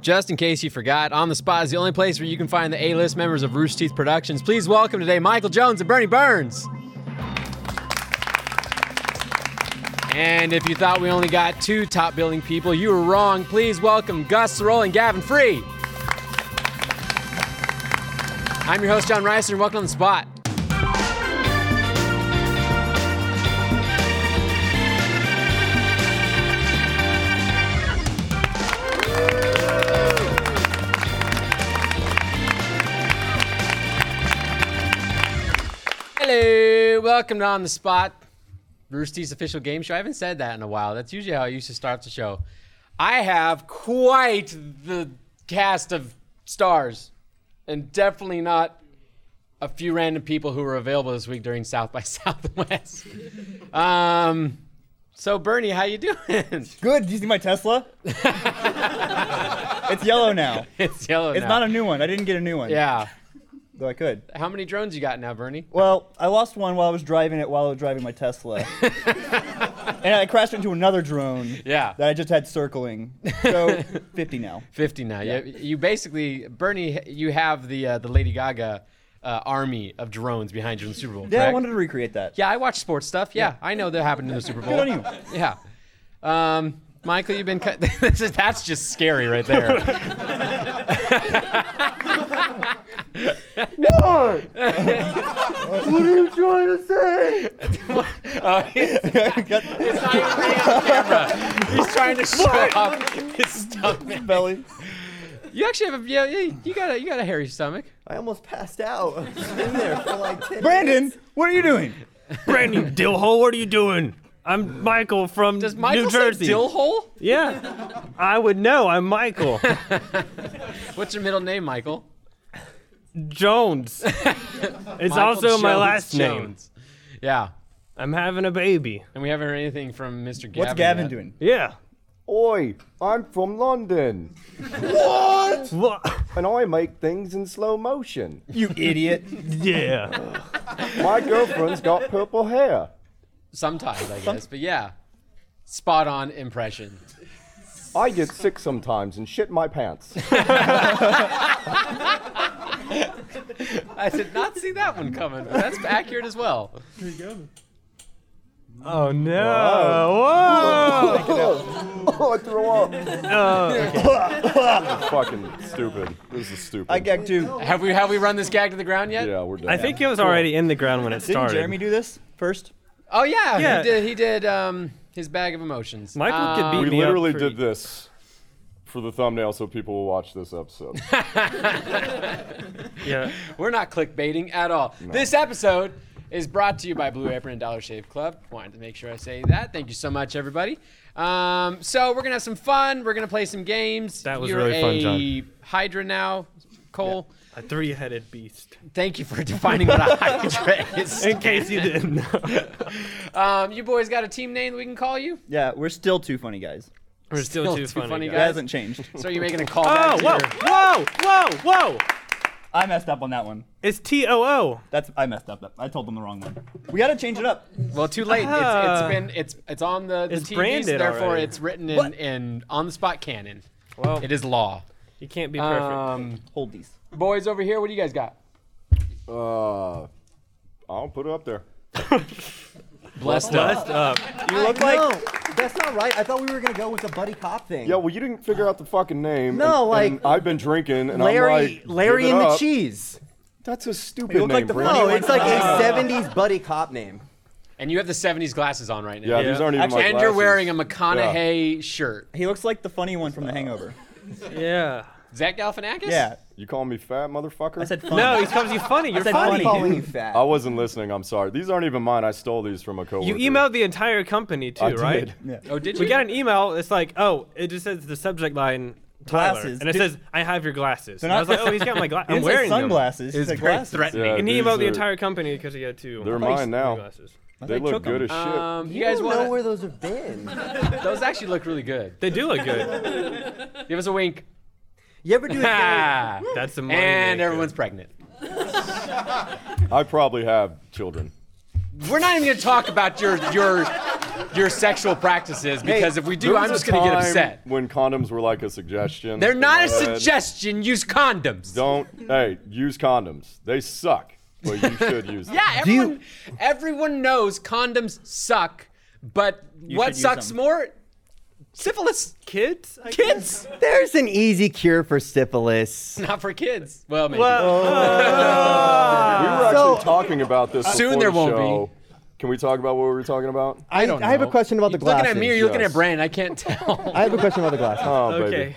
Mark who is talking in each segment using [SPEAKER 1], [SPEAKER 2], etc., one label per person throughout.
[SPEAKER 1] Just in case you forgot, On the Spot is the only place where you can find the A-list members of Rooster Teeth Productions. Please welcome today Michael Jones and Bernie Burns. And if you thought we only got two top billing people, you were wrong. Please welcome Gus Sorrell and Gavin Free. I'm your host, John Reiser, and welcome on the spot. Hello, welcome to On the Spot, Roosty's official game show. I haven't said that in a while. That's usually how I used to start the show. I have quite the cast of stars, and definitely not a few random people who were available this week during South by Southwest. um, so, Bernie, how you doing?
[SPEAKER 2] Good. Did you see my Tesla? it's yellow now.
[SPEAKER 1] it's yellow
[SPEAKER 2] It's not a new one. I didn't get a new one.
[SPEAKER 1] yeah.
[SPEAKER 2] Though I could.
[SPEAKER 1] How many drones you got now, Bernie?
[SPEAKER 2] Well, I lost one while I was driving it while I was driving my Tesla. and I crashed into another drone
[SPEAKER 1] Yeah.
[SPEAKER 2] that I just had circling. So 50 now.
[SPEAKER 1] 50 now. You, you basically, Bernie, you have the uh, the Lady Gaga uh, army of drones behind you in the Super Bowl.
[SPEAKER 2] Yeah, I
[SPEAKER 1] correct?
[SPEAKER 2] wanted to recreate that.
[SPEAKER 1] Yeah, I watch sports stuff. Yeah, I know that happened in the Super Bowl.
[SPEAKER 2] Good on you.
[SPEAKER 1] Yeah. Um, Michael, you've been cut. this is, that's just scary right there.
[SPEAKER 2] What? what are you trying to say?
[SPEAKER 1] Uh, he's, he's not even being on camera. He's trying to show off his stomach.
[SPEAKER 2] Belly.
[SPEAKER 1] You actually have a yeah, yeah, you got a you got a hairy stomach.
[SPEAKER 3] I almost passed out. I was in there for like 10
[SPEAKER 2] Brandon, what are you doing?
[SPEAKER 4] Brandon Dillhole, what are you doing? I'm Michael from
[SPEAKER 1] Does Michael
[SPEAKER 4] New Jersey.
[SPEAKER 1] say dill hole?
[SPEAKER 4] yeah, I would know. I'm Michael
[SPEAKER 1] What's your middle name, Michael?
[SPEAKER 4] Jones. It's also
[SPEAKER 1] Michael
[SPEAKER 4] my
[SPEAKER 1] Jones
[SPEAKER 4] last name.
[SPEAKER 1] Jones. Yeah.
[SPEAKER 4] I'm having a baby.
[SPEAKER 1] And we haven't heard anything from Mr. Gavin.
[SPEAKER 2] What's Gavin
[SPEAKER 1] yet.
[SPEAKER 2] doing?
[SPEAKER 4] Yeah.
[SPEAKER 3] Oi, I'm from London.
[SPEAKER 4] Wha-
[SPEAKER 3] And I make things in slow motion.
[SPEAKER 2] You idiot.
[SPEAKER 4] Yeah.
[SPEAKER 3] My girlfriend's got purple hair.
[SPEAKER 1] Sometimes, I guess. But yeah, spot on impression.
[SPEAKER 3] I get sick sometimes and shit my pants.
[SPEAKER 1] I did not see that one coming, but that's accurate as well.
[SPEAKER 4] Oh no. Whoa.
[SPEAKER 3] oh, I threw up.
[SPEAKER 4] Uh,
[SPEAKER 3] Fucking stupid. This is stupid.
[SPEAKER 2] I gagged too.
[SPEAKER 1] Have we have we run this gag to the ground yet?
[SPEAKER 3] yeah, we're done.
[SPEAKER 4] I think it was already in the ground when it
[SPEAKER 2] Didn't
[SPEAKER 4] started.
[SPEAKER 2] Jeremy do this first?
[SPEAKER 1] Oh yeah,
[SPEAKER 4] Yeah.
[SPEAKER 1] he did. He did um, his bag of emotions.
[SPEAKER 4] Michael
[SPEAKER 1] um,
[SPEAKER 4] could
[SPEAKER 5] We
[SPEAKER 4] beat me
[SPEAKER 5] literally
[SPEAKER 4] up for-
[SPEAKER 5] did this for the thumbnail so people will watch this episode.
[SPEAKER 4] Yeah.
[SPEAKER 1] We're not clickbaiting at all. This episode is brought to you by Blue Apron and Dollar Shave Club. Wanted to make sure I say that. Thank you so much, everybody. Um, so we're gonna have some fun. We're gonna play some games.
[SPEAKER 4] That was
[SPEAKER 1] You're
[SPEAKER 4] really fun,
[SPEAKER 1] a Hydra now, Cole.
[SPEAKER 4] A three-headed beast.
[SPEAKER 1] Thank you for defining what a Hydra is.
[SPEAKER 4] In case you didn't know.
[SPEAKER 1] Um, you boys got a team name that we can call you?
[SPEAKER 2] Yeah, we're still two funny guys.
[SPEAKER 4] We're still,
[SPEAKER 1] Still
[SPEAKER 4] too, funny,
[SPEAKER 2] It
[SPEAKER 4] guys.
[SPEAKER 1] guys.
[SPEAKER 2] hasn't changed.
[SPEAKER 1] So you're making a call back
[SPEAKER 4] Oh,
[SPEAKER 1] to
[SPEAKER 4] whoa,
[SPEAKER 1] your-
[SPEAKER 4] whoa, whoa, whoa.
[SPEAKER 2] I messed up on that one.
[SPEAKER 4] It's T-O-O.
[SPEAKER 2] That's I messed up. I told them the wrong one. We gotta change it up.
[SPEAKER 1] Well, too late. it's,
[SPEAKER 4] Ah.
[SPEAKER 1] it's been it's it's on the, the
[SPEAKER 4] It's
[SPEAKER 1] TV, so
[SPEAKER 4] branded
[SPEAKER 1] therefore
[SPEAKER 4] already.
[SPEAKER 1] it's written in,
[SPEAKER 2] What?
[SPEAKER 1] in on the spot canon.
[SPEAKER 4] Well,
[SPEAKER 1] It is law.
[SPEAKER 4] you can't be perfect.
[SPEAKER 1] Um,
[SPEAKER 2] Hold these.
[SPEAKER 1] boys over here, what do you guys got?
[SPEAKER 5] uh, I'll put it up there.
[SPEAKER 1] Blessed up.
[SPEAKER 4] Bust up.
[SPEAKER 2] You look like
[SPEAKER 3] that's not right. I thought we were gonna go with the buddy cop thing.
[SPEAKER 5] Yeah, well, you didn't figure out the fucking name.
[SPEAKER 3] No,
[SPEAKER 5] and-
[SPEAKER 3] like-
[SPEAKER 5] and I've been drinking, and I'm
[SPEAKER 3] Larry,
[SPEAKER 5] like,
[SPEAKER 3] Larry
[SPEAKER 5] give it
[SPEAKER 3] and the
[SPEAKER 5] up.
[SPEAKER 3] cheese.
[SPEAKER 5] That's a stupid
[SPEAKER 2] You look
[SPEAKER 5] name.
[SPEAKER 2] like the
[SPEAKER 5] Brandon.
[SPEAKER 4] Oh,
[SPEAKER 3] No, it's like a '70s buddy cop name.
[SPEAKER 1] And you have the '70s glasses on right now.
[SPEAKER 5] yeah, these aren't even
[SPEAKER 2] Actually,
[SPEAKER 5] my
[SPEAKER 1] And you're
[SPEAKER 5] glasses.
[SPEAKER 1] wearing a McConaughey shirt.
[SPEAKER 2] he looks like the funny one from The Hangover.
[SPEAKER 4] Yeah.
[SPEAKER 1] Zach Galifianakis?
[SPEAKER 2] Yeah,
[SPEAKER 5] You call me fat, motherfucker?
[SPEAKER 2] I said funny. Oh.
[SPEAKER 4] No, he calls you funny. You're
[SPEAKER 2] said
[SPEAKER 4] funny.
[SPEAKER 2] funny.
[SPEAKER 3] Calling you fat.
[SPEAKER 5] I wasn't listening. I'm sorry. These aren't even mine. I stole these from a coworker.
[SPEAKER 4] You emailed the entire company too,
[SPEAKER 5] I did.
[SPEAKER 4] right?
[SPEAKER 1] Oh, did you?
[SPEAKER 4] We got an email. It's like, oh, it just says the subject line. Tyler,
[SPEAKER 2] Glasses.
[SPEAKER 4] And it
[SPEAKER 2] Did-
[SPEAKER 4] says, I have your glasses.
[SPEAKER 2] They're
[SPEAKER 4] And I was
[SPEAKER 2] not-
[SPEAKER 4] like, oh, he's got my glasses.
[SPEAKER 2] He
[SPEAKER 4] I'm
[SPEAKER 2] didn't say
[SPEAKER 4] wearing
[SPEAKER 2] sunglasses.
[SPEAKER 1] It
[SPEAKER 2] He
[SPEAKER 1] was
[SPEAKER 2] said
[SPEAKER 1] very
[SPEAKER 2] glasses.
[SPEAKER 1] threatening.
[SPEAKER 5] Yeah,
[SPEAKER 4] Them. And he
[SPEAKER 5] these
[SPEAKER 4] emailed the
[SPEAKER 5] are-
[SPEAKER 4] entire company because he had two.
[SPEAKER 5] They're
[SPEAKER 4] my
[SPEAKER 5] mine now.
[SPEAKER 4] Glasses.
[SPEAKER 5] They
[SPEAKER 2] thought you
[SPEAKER 5] look
[SPEAKER 2] took
[SPEAKER 5] good as
[SPEAKER 2] them.
[SPEAKER 5] shit.
[SPEAKER 1] Um, you
[SPEAKER 3] You
[SPEAKER 1] guys
[SPEAKER 3] don't
[SPEAKER 1] want
[SPEAKER 3] know where those have been.
[SPEAKER 1] those actually look really good.
[SPEAKER 4] They do look good.
[SPEAKER 1] Give us a wink.
[SPEAKER 3] You ever do a thing-
[SPEAKER 1] Ah,
[SPEAKER 4] That's the money.
[SPEAKER 1] and
[SPEAKER 4] maker.
[SPEAKER 1] everyone's pregnant.
[SPEAKER 5] I probably have children.
[SPEAKER 1] We're not even gonna talk about your your your sexual practices because if we do,
[SPEAKER 5] There
[SPEAKER 1] I'm
[SPEAKER 5] was
[SPEAKER 1] just
[SPEAKER 5] a
[SPEAKER 1] going to get
[SPEAKER 5] time
[SPEAKER 1] upset.
[SPEAKER 5] When condoms were like a suggestion.
[SPEAKER 1] They're
[SPEAKER 5] in
[SPEAKER 1] not a
[SPEAKER 5] my head.
[SPEAKER 1] suggestion. Use condoms.
[SPEAKER 5] Don't hey, use condoms. They suck, but you should use them.
[SPEAKER 1] Yeah, everyone, everyone knows condoms suck, but what
[SPEAKER 2] should use
[SPEAKER 1] sucks
[SPEAKER 2] them.
[SPEAKER 1] more? Syphilis.
[SPEAKER 4] Kids? I
[SPEAKER 1] Kids.
[SPEAKER 6] There's an easy cure for syphilis.
[SPEAKER 1] Not for kids. Well, maybe.
[SPEAKER 5] We were actually talking about this.
[SPEAKER 1] Soon
[SPEAKER 5] before
[SPEAKER 1] there
[SPEAKER 5] the
[SPEAKER 1] won't
[SPEAKER 5] show. Can we talk about what we were talking about?
[SPEAKER 1] I don't know.
[SPEAKER 6] I have a question about
[SPEAKER 1] You're
[SPEAKER 6] the
[SPEAKER 1] looking at me or
[SPEAKER 6] glasses,
[SPEAKER 1] you're looking at
[SPEAKER 5] yes.
[SPEAKER 1] Brand. I can't tell.
[SPEAKER 6] I have a question about the glasses.
[SPEAKER 5] Oh,
[SPEAKER 4] Okay.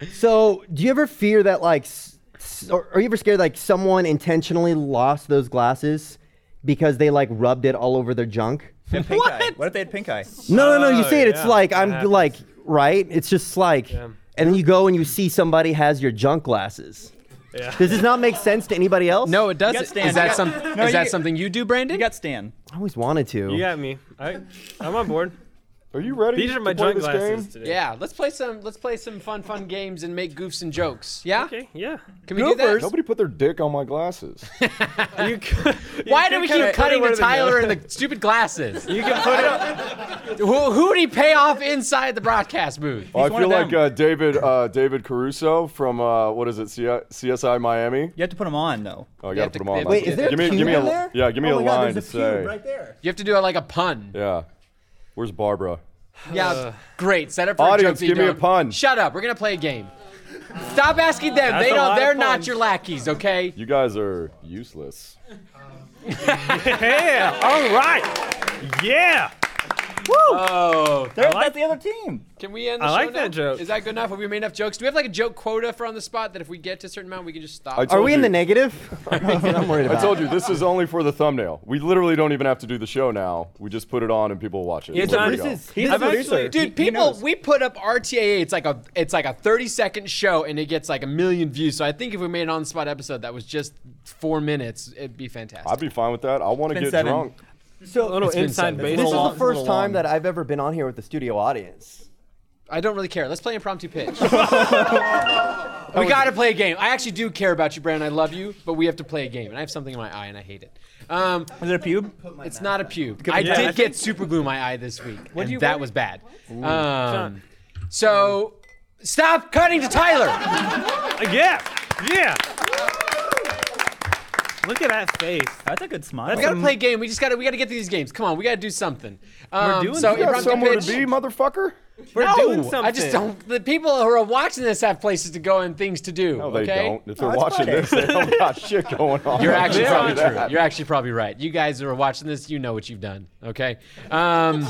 [SPEAKER 5] baby.
[SPEAKER 6] So, do you ever fear that like, s- s- or are you ever scared like someone intentionally lost those glasses because they like rubbed it all over their junk?
[SPEAKER 2] They had pink
[SPEAKER 1] What?
[SPEAKER 2] eye. What if they had pink eye?
[SPEAKER 6] No, no, no. You
[SPEAKER 4] Oh,
[SPEAKER 6] see it. It's
[SPEAKER 4] yeah.
[SPEAKER 6] like
[SPEAKER 4] That
[SPEAKER 6] I'm
[SPEAKER 4] happens.
[SPEAKER 6] like right. It's just like, and then you go and you see somebody has your junk glasses.
[SPEAKER 4] Yeah.
[SPEAKER 6] Does this not make sense to anybody else?
[SPEAKER 1] no, Oh, it
[SPEAKER 2] got
[SPEAKER 1] doesn't.
[SPEAKER 2] Stan.
[SPEAKER 1] Is that
[SPEAKER 2] You
[SPEAKER 1] some?
[SPEAKER 2] got- No,
[SPEAKER 1] is
[SPEAKER 2] you
[SPEAKER 1] that
[SPEAKER 2] got-
[SPEAKER 1] something you do, Brandon?
[SPEAKER 2] You got Stan.
[SPEAKER 6] I always wanted to.
[SPEAKER 4] You got me. I, I'm on board.
[SPEAKER 5] Are you ready?
[SPEAKER 4] These are my
[SPEAKER 5] to play
[SPEAKER 4] junk
[SPEAKER 5] this
[SPEAKER 4] glasses
[SPEAKER 5] game?
[SPEAKER 4] today.
[SPEAKER 1] yeah. Let's play some. Let's play some fun, fun games and make goofs and jokes. Yeah.
[SPEAKER 4] Okay, yeah.
[SPEAKER 1] Can we do that?
[SPEAKER 5] Nobody put their dick on my glasses.
[SPEAKER 4] You could,
[SPEAKER 1] Why do we keep cutting to Tyler and the stupid glasses?
[SPEAKER 4] You can put it.
[SPEAKER 1] who, who did he pay off inside the broadcast booth?
[SPEAKER 5] Well, I
[SPEAKER 2] one
[SPEAKER 5] feel
[SPEAKER 2] of
[SPEAKER 5] like
[SPEAKER 2] them.
[SPEAKER 5] uh, David uh, David Caruso from uh, what is it CI- CSI Miami.
[SPEAKER 2] You have to put them on though.
[SPEAKER 5] Oh, I
[SPEAKER 1] have
[SPEAKER 5] gotta
[SPEAKER 1] to-
[SPEAKER 5] put him on.
[SPEAKER 1] they-
[SPEAKER 5] like
[SPEAKER 1] Wait,
[SPEAKER 5] that.
[SPEAKER 1] is there Oh a
[SPEAKER 5] give me, give me a, Yeah, give me a line to say.
[SPEAKER 6] there.
[SPEAKER 1] You have to do like a pun.
[SPEAKER 5] Yeah, where's Barbara?
[SPEAKER 1] Yeah, great. Set up for a joke
[SPEAKER 5] Audience,
[SPEAKER 1] that you
[SPEAKER 5] give me a
[SPEAKER 1] don't-
[SPEAKER 5] pun.
[SPEAKER 1] Shut up. We're gonna play a game. Stop asking them.
[SPEAKER 4] That's
[SPEAKER 1] they
[SPEAKER 4] a lot
[SPEAKER 1] don't.
[SPEAKER 4] of
[SPEAKER 1] They're not
[SPEAKER 4] puns.
[SPEAKER 1] your lackeys. Okay.
[SPEAKER 5] You guys are useless.
[SPEAKER 4] Yeah, all right. Yeah.
[SPEAKER 1] Oh.
[SPEAKER 2] There, that's
[SPEAKER 4] like-
[SPEAKER 2] the other team.
[SPEAKER 1] Can we end? The
[SPEAKER 4] I
[SPEAKER 1] show
[SPEAKER 4] like
[SPEAKER 1] now?
[SPEAKER 4] that joke.
[SPEAKER 1] Is that good enough? Have we made enough jokes? Do we have like a joke quota for on the spot that if we get to a certain amount, we can just stop?
[SPEAKER 5] I
[SPEAKER 6] Are
[SPEAKER 5] told
[SPEAKER 6] we in
[SPEAKER 5] you-
[SPEAKER 6] the negative? I'm worried about.
[SPEAKER 5] I told you this is only for the thumbnail. We literally don't even have to do the show now. We just put it on and people watch it.
[SPEAKER 1] It's
[SPEAKER 5] There
[SPEAKER 1] on-
[SPEAKER 5] we
[SPEAKER 1] this
[SPEAKER 5] go.
[SPEAKER 2] is- He's
[SPEAKER 4] I've
[SPEAKER 2] the
[SPEAKER 4] actually-
[SPEAKER 2] producer.
[SPEAKER 1] Dude,
[SPEAKER 2] He- he
[SPEAKER 1] people,
[SPEAKER 2] knows.
[SPEAKER 1] we put up RTAA. It's like a, it's like a 30 second show, and it gets like a million views. So I think if we made an on the spot episode that was just four minutes, it'd be fantastic.
[SPEAKER 5] I'd be fine with that. I want to
[SPEAKER 2] Been
[SPEAKER 5] get
[SPEAKER 2] seven.
[SPEAKER 5] drunk.
[SPEAKER 4] So, a little
[SPEAKER 1] been
[SPEAKER 4] inside
[SPEAKER 1] said, but it's
[SPEAKER 6] This
[SPEAKER 4] baseball.
[SPEAKER 6] is
[SPEAKER 2] long-
[SPEAKER 6] the
[SPEAKER 2] it's a
[SPEAKER 6] first
[SPEAKER 2] little
[SPEAKER 6] time
[SPEAKER 2] long.
[SPEAKER 6] that I've ever been on here with the studio audience.
[SPEAKER 1] I don't really care. Let's play impromptu pitch. we got to play a game. I actually do care about you, Brandon. I love you, but we have to play a game. And I have something in my eye, and I hate it. Um,
[SPEAKER 2] Is it a pube?
[SPEAKER 1] it's not a pube. I
[SPEAKER 4] Yeah,
[SPEAKER 1] did
[SPEAKER 4] I think-
[SPEAKER 1] get super glue in my eye this week, and
[SPEAKER 4] you-
[SPEAKER 1] that
[SPEAKER 4] what-
[SPEAKER 1] was bad. Um, so stop cutting to Tyler.
[SPEAKER 4] Uh, Yeah. Yeah. Look at that face.
[SPEAKER 2] That's a good smile.
[SPEAKER 1] We got to play a game. We just got to. We got to get to these games. Come on, we got to do something. Um,
[SPEAKER 4] doing
[SPEAKER 1] so
[SPEAKER 4] this. You
[SPEAKER 5] You got
[SPEAKER 1] impromptu
[SPEAKER 5] somewhere
[SPEAKER 1] pitch.
[SPEAKER 5] to be, motherfucker?
[SPEAKER 4] We're
[SPEAKER 1] no,
[SPEAKER 4] doing something.
[SPEAKER 1] I just don't. The people who are watching this have places to go and things to do.
[SPEAKER 5] No, they
[SPEAKER 1] okay?
[SPEAKER 5] don't. If they're
[SPEAKER 2] it's
[SPEAKER 5] watching
[SPEAKER 2] Friday.
[SPEAKER 5] this, they don't got shit going on.
[SPEAKER 1] You're actually
[SPEAKER 5] Yeah.
[SPEAKER 1] probably true. You're actually probably right. You guys who are watching this, you know what you've done. Okay. Um,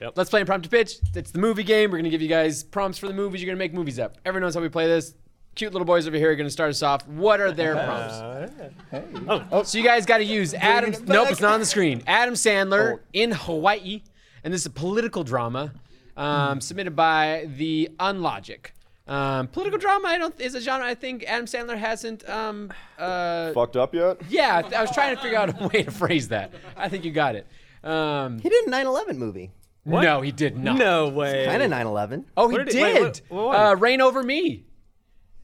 [SPEAKER 4] Yep.
[SPEAKER 1] Let's play impromptu pitch. It's the movie game. We're gonna give you guys prompts for the movies. You're gonna make movies up. Everyone knows how we play this. Cute little boys over here are gonna start us off. What are their prompts? Oh. So you guys got to use Adam. Nope, it's not on the screen. Adam Sandler in Hawaii, and this is a political drama um, submitted by the Unlogic. Um, political drama, I don't is a genre. I think Adam Sandler hasn't um, uh,
[SPEAKER 5] Fucked up yet?
[SPEAKER 1] yeah, I th- I was trying to figure out a way to phrase that. I think you got it. Um,
[SPEAKER 6] He did a 9/11 movie.
[SPEAKER 1] No, he did not.
[SPEAKER 4] No way.
[SPEAKER 6] Kind of 9/11.
[SPEAKER 1] Oh, he
[SPEAKER 4] What
[SPEAKER 1] did.
[SPEAKER 4] did he- wait, what- what
[SPEAKER 1] uh,
[SPEAKER 4] one?
[SPEAKER 1] Rain over me.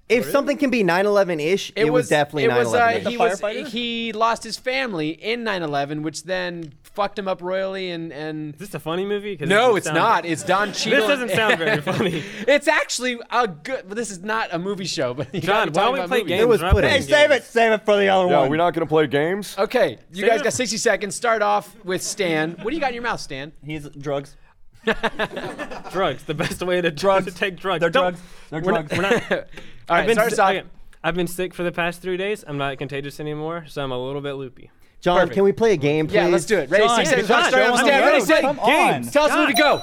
[SPEAKER 6] If something can be 9/11-ish, it, was, definitely
[SPEAKER 1] It was. Uh,
[SPEAKER 6] 9/11. -ish.
[SPEAKER 1] he
[SPEAKER 2] The
[SPEAKER 1] was.
[SPEAKER 2] firefighter?
[SPEAKER 1] He lost his family in 9/11, which then fucked him up royally. And and
[SPEAKER 4] Is this a funny movie? 'Cause it
[SPEAKER 1] no,
[SPEAKER 4] doesn't
[SPEAKER 1] it's
[SPEAKER 4] sound-
[SPEAKER 1] not. It's Don Cheadle.
[SPEAKER 4] This doesn't sound very funny.
[SPEAKER 1] it's actually a good. But this is not a movie show. But you gotta
[SPEAKER 4] John, why
[SPEAKER 1] talk
[SPEAKER 4] don't we
[SPEAKER 1] about
[SPEAKER 4] play
[SPEAKER 1] movies.
[SPEAKER 4] games?
[SPEAKER 6] It was
[SPEAKER 4] We're not
[SPEAKER 6] pudding.
[SPEAKER 2] Hey,
[SPEAKER 4] playing
[SPEAKER 2] save
[SPEAKER 4] games.
[SPEAKER 2] it, save it for the other
[SPEAKER 5] Yeah,
[SPEAKER 2] one.
[SPEAKER 5] we're not gonna play games.
[SPEAKER 1] Okay, you guys
[SPEAKER 4] it.
[SPEAKER 1] got 60 seconds. Start off with Stan. What do you got in your mouth, Stan?
[SPEAKER 2] He's drugs.
[SPEAKER 4] Drugs. The best way to to take drugs.
[SPEAKER 2] They're
[SPEAKER 4] Don't-
[SPEAKER 2] drugs. They're
[SPEAKER 4] we're not-
[SPEAKER 2] drugs.
[SPEAKER 4] we're not-
[SPEAKER 1] All right,
[SPEAKER 4] I've been
[SPEAKER 1] start us
[SPEAKER 4] si-
[SPEAKER 1] off.
[SPEAKER 4] okay. I've been sick for the past three days. I'm not contagious anymore, so I'm a little bit loopy.
[SPEAKER 6] John,
[SPEAKER 1] perfect.
[SPEAKER 6] can we play a game, please?
[SPEAKER 1] Yeah, let's do it. Ready,
[SPEAKER 2] John,
[SPEAKER 1] six, seven,
[SPEAKER 4] John,
[SPEAKER 1] start off,
[SPEAKER 4] John,
[SPEAKER 1] Stan.
[SPEAKER 4] John,
[SPEAKER 1] Ready, set,
[SPEAKER 2] come
[SPEAKER 1] game.
[SPEAKER 2] on.
[SPEAKER 1] Tell us where to go.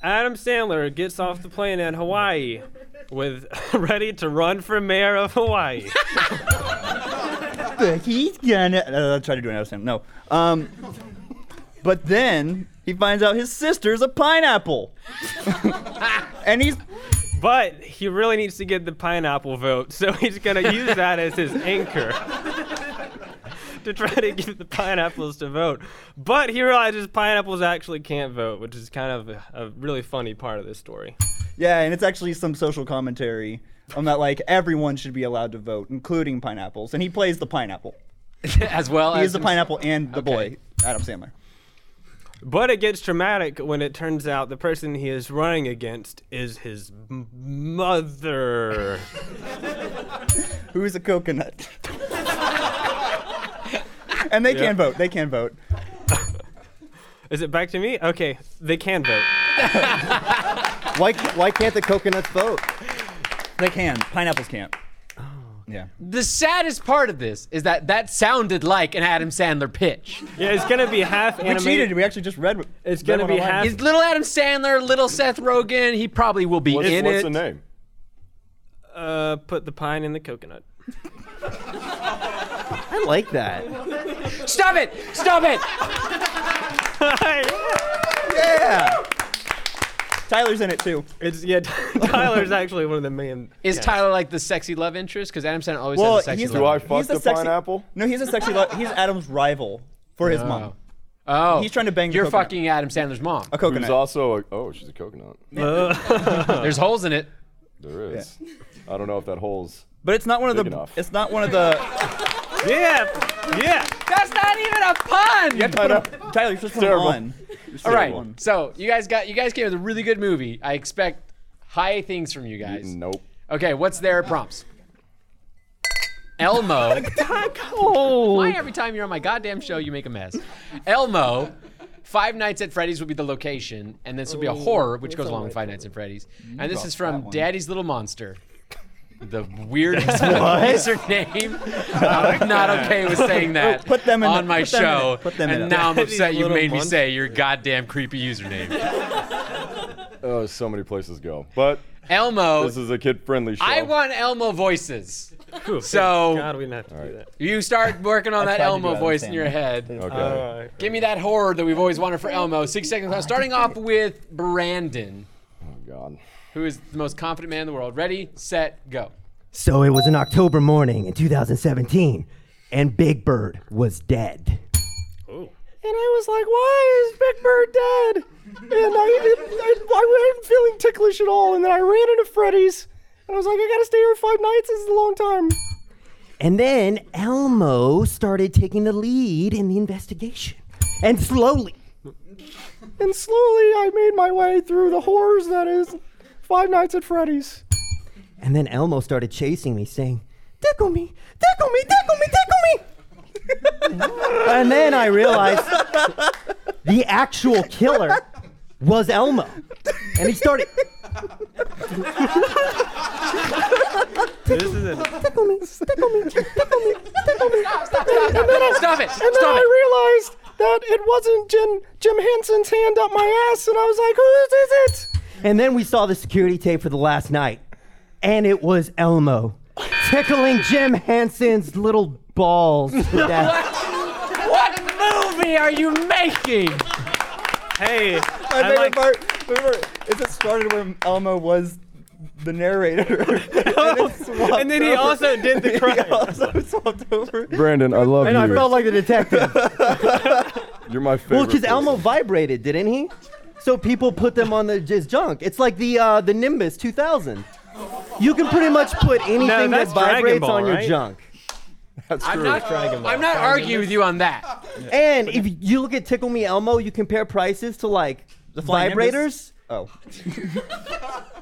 [SPEAKER 4] Adam Sandler gets off the plane in Hawaii with ready to run for mayor of Hawaii.
[SPEAKER 2] the- he's gonna. Uh, I'll try to do another Sam. No. Um, but then he finds out his sister's a pineapple, and he's
[SPEAKER 4] but he really needs to get the pineapple vote, so he's gonna use that as his anchor to try to get the pineapples to vote. But he realizes pineapples actually can't vote, which is kind of a, a really funny part of this story.
[SPEAKER 2] yeah, and it's actually some social commentary on that like everyone should be allowed to vote, including pineapples. And he plays the pineapple.
[SPEAKER 1] As well
[SPEAKER 2] He
[SPEAKER 1] as
[SPEAKER 2] is the
[SPEAKER 1] himself.
[SPEAKER 2] pineapple and the boy, Adam Sandler.
[SPEAKER 4] But it gets dramatic when it turns out the person he is running against is his m- mother.
[SPEAKER 2] Who's a coconut? and they can vote. They can vote.
[SPEAKER 4] is it back to me? Okay, they can vote.
[SPEAKER 6] Why, ca- why can't the coconuts vote?
[SPEAKER 2] They can. Pineapples can't. Yeah.
[SPEAKER 1] The saddest part of this is that that sounded like an Adam Sandler pitch.
[SPEAKER 4] Yeah, it's gonna be half
[SPEAKER 2] We
[SPEAKER 4] animated.
[SPEAKER 2] cheated. We actually just read.
[SPEAKER 4] It's
[SPEAKER 2] read
[SPEAKER 4] gonna
[SPEAKER 2] one
[SPEAKER 4] be
[SPEAKER 2] online.
[SPEAKER 4] half-
[SPEAKER 1] Is little Adam Sandler, little Seth Rogen, he probably will be
[SPEAKER 5] What's,
[SPEAKER 1] in
[SPEAKER 5] what's
[SPEAKER 1] it.
[SPEAKER 5] the name?
[SPEAKER 4] Uh, put the pine in the coconut.
[SPEAKER 6] I like that.
[SPEAKER 1] Stop it! Stop it!
[SPEAKER 2] Yeah. Tyler's in it too.
[SPEAKER 4] it's yeah. Tyler's actually one of the main.
[SPEAKER 1] Is Tyler like the sexy love interest? Because Adam Sandler always
[SPEAKER 2] Well,
[SPEAKER 1] has a sexy
[SPEAKER 2] he's
[SPEAKER 1] love
[SPEAKER 5] Do I
[SPEAKER 1] interest.
[SPEAKER 5] fuck
[SPEAKER 2] He's the
[SPEAKER 5] the
[SPEAKER 2] sexy-
[SPEAKER 5] pineapple?
[SPEAKER 2] No, he's a sexy. Lo- he's Adam's rival for his mom.
[SPEAKER 1] Oh,
[SPEAKER 2] He's trying to bang the
[SPEAKER 1] You're
[SPEAKER 2] coconut.
[SPEAKER 1] fucking Adam Sandler's mom.
[SPEAKER 2] A
[SPEAKER 5] Who's
[SPEAKER 2] coconut.
[SPEAKER 5] also a, oh, she's a coconut.
[SPEAKER 1] There's holes in it.
[SPEAKER 5] There is. I don't know if that holds.
[SPEAKER 2] But it's not one of the.
[SPEAKER 5] Big enough.
[SPEAKER 2] It's not one of the.
[SPEAKER 4] Yeah, yeah.
[SPEAKER 1] That's not even a pun.
[SPEAKER 2] Tyler, Tyler, just put him
[SPEAKER 5] Terrible.
[SPEAKER 2] on.
[SPEAKER 1] All right.
[SPEAKER 5] one.
[SPEAKER 1] So you guys got you guys came with a really good movie. I expect high things from you guys.
[SPEAKER 5] Nope.
[SPEAKER 1] Okay, what's their prompts? Elmo. Why every time you're on my goddamn show you make a mess? Elmo. Five Nights at Freddy's will be the location, and this will
[SPEAKER 2] Oh,
[SPEAKER 1] be a horror, which goes along with Five Nights at Freddy's. And this is from Daddy's Little Monster. The weirdest username. I'm not okay with saying that
[SPEAKER 2] Put them in
[SPEAKER 1] on
[SPEAKER 2] the-
[SPEAKER 1] my
[SPEAKER 2] put them in it.
[SPEAKER 1] show.
[SPEAKER 2] Put them in
[SPEAKER 1] and
[SPEAKER 2] it.
[SPEAKER 1] now I'm
[SPEAKER 4] Daddy's
[SPEAKER 1] upset you
[SPEAKER 4] Little
[SPEAKER 1] made me
[SPEAKER 4] Monster.
[SPEAKER 1] say your goddamn creepy username.
[SPEAKER 5] Oh, so many places go. But
[SPEAKER 1] Elmo.
[SPEAKER 5] this is a kid-friendly show.
[SPEAKER 1] I want Elmo voices.
[SPEAKER 4] Whew,
[SPEAKER 1] So-
[SPEAKER 4] thank God, we didn't have to do that.
[SPEAKER 1] You start working on that
[SPEAKER 2] tried to
[SPEAKER 1] Elmo
[SPEAKER 2] do that,
[SPEAKER 1] voice in your
[SPEAKER 2] understand.
[SPEAKER 1] head.
[SPEAKER 5] Okay.
[SPEAKER 4] Alright.
[SPEAKER 1] Give me that horror that we've always wanted for Elmo. Six seconds left. Starting off with Brandon,
[SPEAKER 5] oh God.
[SPEAKER 1] who is the most confident man in the world. Ready, set, go.
[SPEAKER 6] So it was an October morning in 2017, and Big Bird was dead.
[SPEAKER 3] And I was like, why is Big Bird dead? And I, didn't- I, I wasn't feeling ticklish at all. And then I ran into Freddy's. And I was like, I gotta stay here five nights. This is a long time.
[SPEAKER 6] And then Elmo started taking the lead in the investigation. And slowly,
[SPEAKER 3] And slowly I made my way through the horrors that is Five Nights at Freddy's.
[SPEAKER 6] and then Elmo started chasing me, saying, Tickle me, tickle me, tickle me, tickle me. and then I realized the actual killer was Elmo. And he started,
[SPEAKER 4] This is a
[SPEAKER 6] tickle me, tickle me, tickle me, tickle me.
[SPEAKER 1] Stop it!
[SPEAKER 3] And then
[SPEAKER 1] Stop it!
[SPEAKER 3] I realized that it wasn't Jim, Jim Henson's hand up my ass. And I was like, whose is it?
[SPEAKER 6] And then we saw the security tape for the last night, and it was Elmo tickling Jim Henson's little balls to death.
[SPEAKER 1] What movie are you making?
[SPEAKER 4] hey.
[SPEAKER 2] My
[SPEAKER 4] I
[SPEAKER 2] favorite
[SPEAKER 4] like-
[SPEAKER 2] part. Remember, is it started when Elmo was the narrator, and, then swapped
[SPEAKER 4] And then he
[SPEAKER 2] over.
[SPEAKER 4] also did the
[SPEAKER 2] He
[SPEAKER 4] crime.
[SPEAKER 2] also swapped over.
[SPEAKER 5] Brandon, I love
[SPEAKER 6] and I
[SPEAKER 5] you.
[SPEAKER 6] felt like the detective.
[SPEAKER 5] You're my favorite.
[SPEAKER 6] well, because
[SPEAKER 5] person.
[SPEAKER 6] Elmo vibrated, didn't he? So people put them on the his junk. It's like the uh, the Nimbus 2000. You can pretty much put anything that
[SPEAKER 4] that's Dragon
[SPEAKER 6] vibrates
[SPEAKER 4] Ball,
[SPEAKER 6] on your
[SPEAKER 4] right?
[SPEAKER 6] junk.
[SPEAKER 5] That's
[SPEAKER 1] I'm
[SPEAKER 5] true.
[SPEAKER 1] not, I'm not arguing with you on that.
[SPEAKER 6] And if you look at Tickle Me Elmo, you compare prices to like the
[SPEAKER 2] Flying
[SPEAKER 6] vibrators.
[SPEAKER 2] Nimbus? Oh,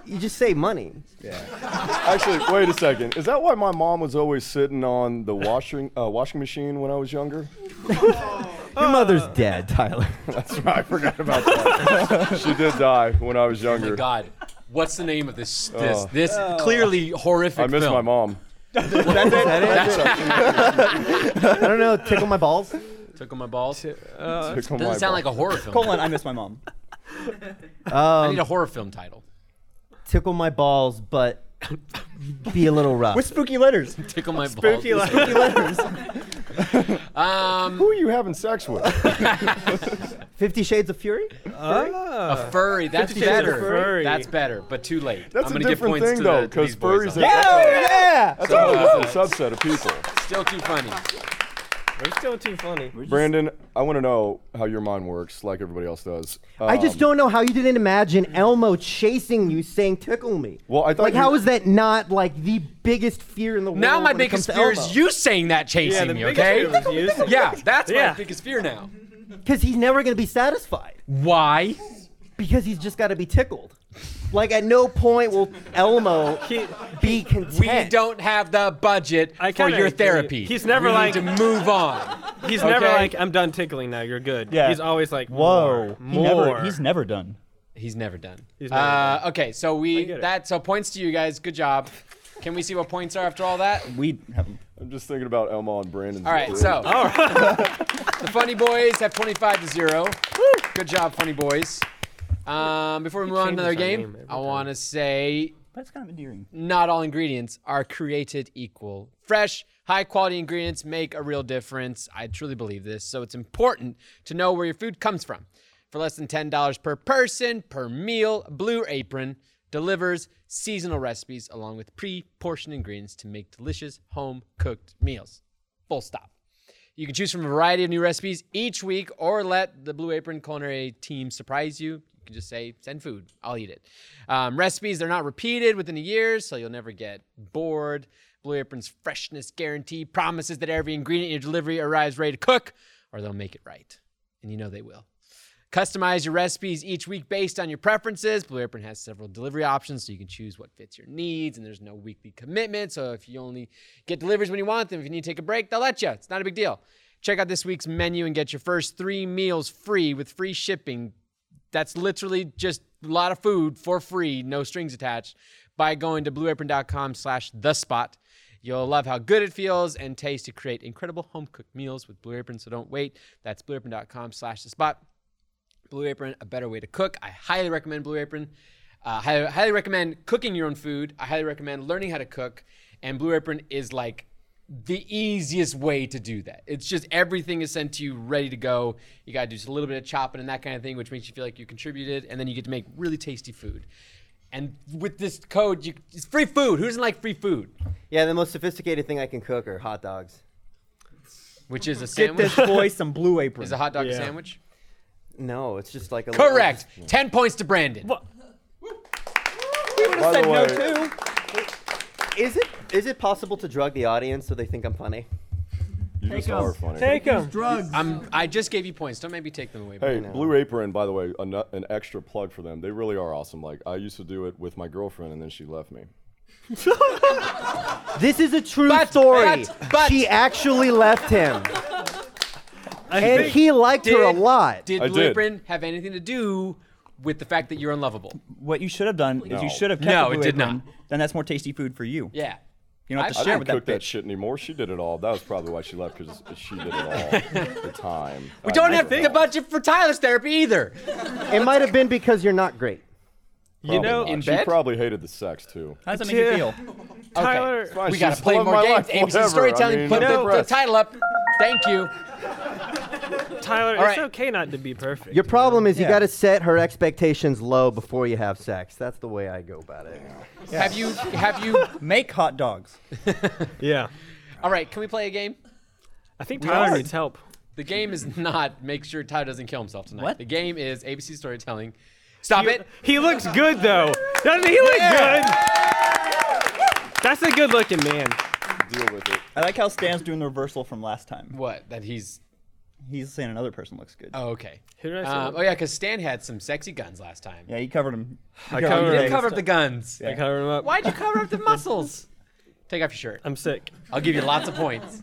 [SPEAKER 6] You just save money.
[SPEAKER 5] Actually, wait a second. Is that why my mom was always sitting on the washing uh, washing machine when I was younger?
[SPEAKER 6] Your mother's dead, Tyler.
[SPEAKER 5] That's right. I forgot about that. she did die when I was younger.
[SPEAKER 1] Oh God, what's the name of this? This,
[SPEAKER 5] Oh.
[SPEAKER 1] this clearly horrific
[SPEAKER 5] I miss
[SPEAKER 1] film.
[SPEAKER 5] my mom.
[SPEAKER 6] Is that it? I don't know. Tickle my balls.
[SPEAKER 1] Took on my balls.
[SPEAKER 5] Tickle my
[SPEAKER 1] Uh, Doesn't sound
[SPEAKER 5] ball.
[SPEAKER 1] like a horror film.
[SPEAKER 2] colon. I miss my mom.
[SPEAKER 1] I need a horror film title.
[SPEAKER 6] tickle my balls, but be a little rough.
[SPEAKER 2] With spooky letters.
[SPEAKER 1] Tickle my
[SPEAKER 4] Spooky
[SPEAKER 1] balls.
[SPEAKER 4] life.
[SPEAKER 5] Who are you having sex with?
[SPEAKER 6] Fifty Shades of Fury.
[SPEAKER 3] Oh.
[SPEAKER 1] A furry. That's
[SPEAKER 4] Shades of
[SPEAKER 1] better.
[SPEAKER 4] Furry.
[SPEAKER 1] That's better, but too late.
[SPEAKER 5] That's
[SPEAKER 1] I'm
[SPEAKER 5] a
[SPEAKER 1] gonna give
[SPEAKER 5] different
[SPEAKER 1] points
[SPEAKER 5] thing
[SPEAKER 1] to
[SPEAKER 5] though,
[SPEAKER 1] the, to these boys
[SPEAKER 5] because furries.
[SPEAKER 1] on
[SPEAKER 5] Are,
[SPEAKER 1] that.
[SPEAKER 2] yeah.
[SPEAKER 6] oh,
[SPEAKER 5] That's a
[SPEAKER 1] uh,
[SPEAKER 5] subset of people.
[SPEAKER 1] Still too funny.
[SPEAKER 4] We're still too funny.
[SPEAKER 5] Brandon, I want to know how your mind works, like everybody else does.
[SPEAKER 6] I just
[SPEAKER 5] Um,
[SPEAKER 6] don't know how you didn't imagine Elmo chasing you, saying "tickle me."
[SPEAKER 5] Well, I thought
[SPEAKER 6] like
[SPEAKER 5] you-
[SPEAKER 6] how is that not like the biggest fear in the world?
[SPEAKER 1] Now my
[SPEAKER 6] when it
[SPEAKER 1] biggest
[SPEAKER 6] comes to
[SPEAKER 1] fear
[SPEAKER 6] Elmo?
[SPEAKER 1] is you saying that
[SPEAKER 4] Yeah,
[SPEAKER 1] chasing
[SPEAKER 4] the
[SPEAKER 1] me,
[SPEAKER 4] biggest
[SPEAKER 1] okay?
[SPEAKER 4] fear was you.
[SPEAKER 1] Yeah, that's
[SPEAKER 4] Yeah.
[SPEAKER 1] my biggest fear now.
[SPEAKER 6] Because he's never going to be satisfied.
[SPEAKER 1] Why?
[SPEAKER 6] Because he's just got to be tickled. Like, at no point will Elmo be content.
[SPEAKER 1] We don't have the budget
[SPEAKER 4] I
[SPEAKER 1] for
[SPEAKER 4] kinda
[SPEAKER 1] your
[SPEAKER 4] agree.
[SPEAKER 1] therapy.
[SPEAKER 4] He's never
[SPEAKER 1] we
[SPEAKER 4] like-
[SPEAKER 1] need to move on.
[SPEAKER 4] He's never
[SPEAKER 1] Okay.
[SPEAKER 4] like, I'm done tickling now. You're good.
[SPEAKER 2] Yeah.
[SPEAKER 4] He's always like,
[SPEAKER 2] Whoa. He
[SPEAKER 4] more,
[SPEAKER 2] never-
[SPEAKER 4] more.
[SPEAKER 2] he's never done.
[SPEAKER 1] He's never done.
[SPEAKER 4] He's never
[SPEAKER 1] uh, Okay, so we
[SPEAKER 4] get it.
[SPEAKER 1] that so points to you guys. Good job. Can we see what points are after all that?
[SPEAKER 2] We haven't.
[SPEAKER 5] I'm just thinking about Elmo and Brandon's.
[SPEAKER 1] All right, so the Funny Boys have 25 to zero. Good job, Funny Boys. Um, before we move on to
[SPEAKER 4] changes
[SPEAKER 1] another
[SPEAKER 4] our
[SPEAKER 1] game,
[SPEAKER 4] name every
[SPEAKER 1] I
[SPEAKER 4] time.
[SPEAKER 1] want to say
[SPEAKER 2] That's kind of endearing.
[SPEAKER 1] not all ingredients are created equal. Fresh, high quality ingredients make a real difference. I truly believe this. So it's important to know where your food comes from. For less than $10 per person per meal, Blue Apron delivers seasonal recipes along with pre portioned ingredients to make delicious home cooked meals. Full stop. You can choose from a variety of new recipes each week or let the Blue Apron culinary team surprise you. You can just say, send food, I'll eat it. Um, recipes, they're not repeated within a year, so you'll never get bored. Blue Apron's freshness guarantee promises that every ingredient in your delivery arrives ready to cook, or they'll make it right. And you know they will. Customize your recipes each week based on your preferences. Blue Apron has several delivery options, so you can choose what fits your needs, and there's no weekly commitment. So if you only get deliveries when you want them, if you need to take a break, they'll let you. It's not a big deal. Check out this week's menu and get your first three meals free with free shipping. That's literally just a lot of food for free, no strings attached, by going to blueapron.com slash the spot. You'll love how good it feels and tastes to create incredible home cooked meals with Blue Apron, so don't wait. That's blueapron.com slash the spot. Blue Apron, a better way to cook. I highly recommend Blue Apron. Uh, highly, highly recommend cooking your own food. I highly recommend learning how to cook. And Blue Apron is like the easiest way to do that. It's just everything is sent to you ready to go. You got to do just a little bit of chopping and that kind of thing, which makes you feel like you contributed. And then you get to make really tasty food. And with this code, you, it's free food. Who doesn't like free food?
[SPEAKER 6] Yeah, the most sophisticated thing I can cook are hot dogs.
[SPEAKER 1] Which is a
[SPEAKER 2] Get
[SPEAKER 1] sandwich.
[SPEAKER 2] this boy some blue apron.
[SPEAKER 1] Is a hot dog a
[SPEAKER 4] Yeah.
[SPEAKER 1] sandwich?
[SPEAKER 6] No, it's just like a little-
[SPEAKER 1] Correct. 10 points to Brandon.
[SPEAKER 5] By the way,
[SPEAKER 6] Is it is it possible to drug the audience so they think I'm funny?
[SPEAKER 5] you just are funny.
[SPEAKER 4] Take him.
[SPEAKER 7] Drugs.
[SPEAKER 1] I'm, I just gave you points. Don't maybe take them away.
[SPEAKER 5] Hey, Blue Apron, by the way, an, an extra plug for them. They really are awesome. Like, I used to do it with my girlfriend, and then she left me.
[SPEAKER 6] This is a true
[SPEAKER 1] But-
[SPEAKER 6] story.
[SPEAKER 1] but- but-
[SPEAKER 6] she actually left him,
[SPEAKER 4] I
[SPEAKER 6] and
[SPEAKER 4] think-
[SPEAKER 6] he liked her a lot.
[SPEAKER 1] Did
[SPEAKER 5] I
[SPEAKER 1] Blue
[SPEAKER 5] did.
[SPEAKER 1] Apron have anything to do with the fact that you're unlovable?
[SPEAKER 2] What you should have done is
[SPEAKER 5] No.
[SPEAKER 2] you should have kept
[SPEAKER 1] No,
[SPEAKER 2] the blue
[SPEAKER 1] it did
[SPEAKER 2] apron.
[SPEAKER 1] not.
[SPEAKER 2] Then that's more tasty food for you.
[SPEAKER 1] Yeah.
[SPEAKER 2] You don't have
[SPEAKER 1] I-
[SPEAKER 2] to
[SPEAKER 5] I
[SPEAKER 2] share
[SPEAKER 5] didn't
[SPEAKER 2] with that
[SPEAKER 5] cook that
[SPEAKER 2] bitch.
[SPEAKER 5] shit anymore. She did it all. That was probably why she left, because she did it all the time.
[SPEAKER 1] We don't have the budget for Tyler's therapy either.
[SPEAKER 6] It might have been because you're not great.
[SPEAKER 4] you know,
[SPEAKER 1] in
[SPEAKER 5] she
[SPEAKER 1] bed?
[SPEAKER 5] probably hated the sex, too.
[SPEAKER 2] How does that make you feel?
[SPEAKER 4] Tyler.
[SPEAKER 5] Fine,
[SPEAKER 1] We
[SPEAKER 5] she's
[SPEAKER 1] got to play
[SPEAKER 5] loved
[SPEAKER 1] more
[SPEAKER 5] my
[SPEAKER 1] games.
[SPEAKER 5] life,
[SPEAKER 1] Aim
[SPEAKER 5] whatever. I
[SPEAKER 1] storytelling.
[SPEAKER 5] mean,
[SPEAKER 1] Put
[SPEAKER 5] I'm
[SPEAKER 1] the, the
[SPEAKER 5] impressed.
[SPEAKER 1] title up. Thank you.
[SPEAKER 4] Tyler,
[SPEAKER 1] All
[SPEAKER 4] it's
[SPEAKER 1] right.
[SPEAKER 4] okay not to be perfect.
[SPEAKER 6] Your problem is you
[SPEAKER 2] Yeah.
[SPEAKER 6] got to set her expectations low before you have sex. That's the way I go about it.
[SPEAKER 1] Have you? Have you?
[SPEAKER 2] Make hot dogs.
[SPEAKER 4] Yeah.
[SPEAKER 1] All right. Can we play a game?
[SPEAKER 4] I think Tyler
[SPEAKER 2] are.
[SPEAKER 4] needs help.
[SPEAKER 1] The game is not make sure Tyler doesn't kill himself tonight.
[SPEAKER 2] What?
[SPEAKER 1] The game is ABC storytelling. Stop it.
[SPEAKER 4] He looks good though. Doesn't he look good? That's a good looking man.
[SPEAKER 5] Deal with it.
[SPEAKER 2] I like how Stan's doing the reversal from last time.
[SPEAKER 1] What? That he's.
[SPEAKER 2] He's saying another person looks good.
[SPEAKER 1] Oh, okay.
[SPEAKER 4] Who did I say
[SPEAKER 1] Um,
[SPEAKER 4] was-
[SPEAKER 1] oh yeah, because Stan had some sexy guns last time. Oh,
[SPEAKER 2] Yeah, he covered him. He covered
[SPEAKER 4] covered
[SPEAKER 2] him.
[SPEAKER 1] You didn't
[SPEAKER 4] Right.
[SPEAKER 1] cover up the guns.
[SPEAKER 4] I cover him up.
[SPEAKER 1] Why'd you cover up the muscles? Take off your shirt.
[SPEAKER 4] I'm sick.
[SPEAKER 1] I'll give you lots of points.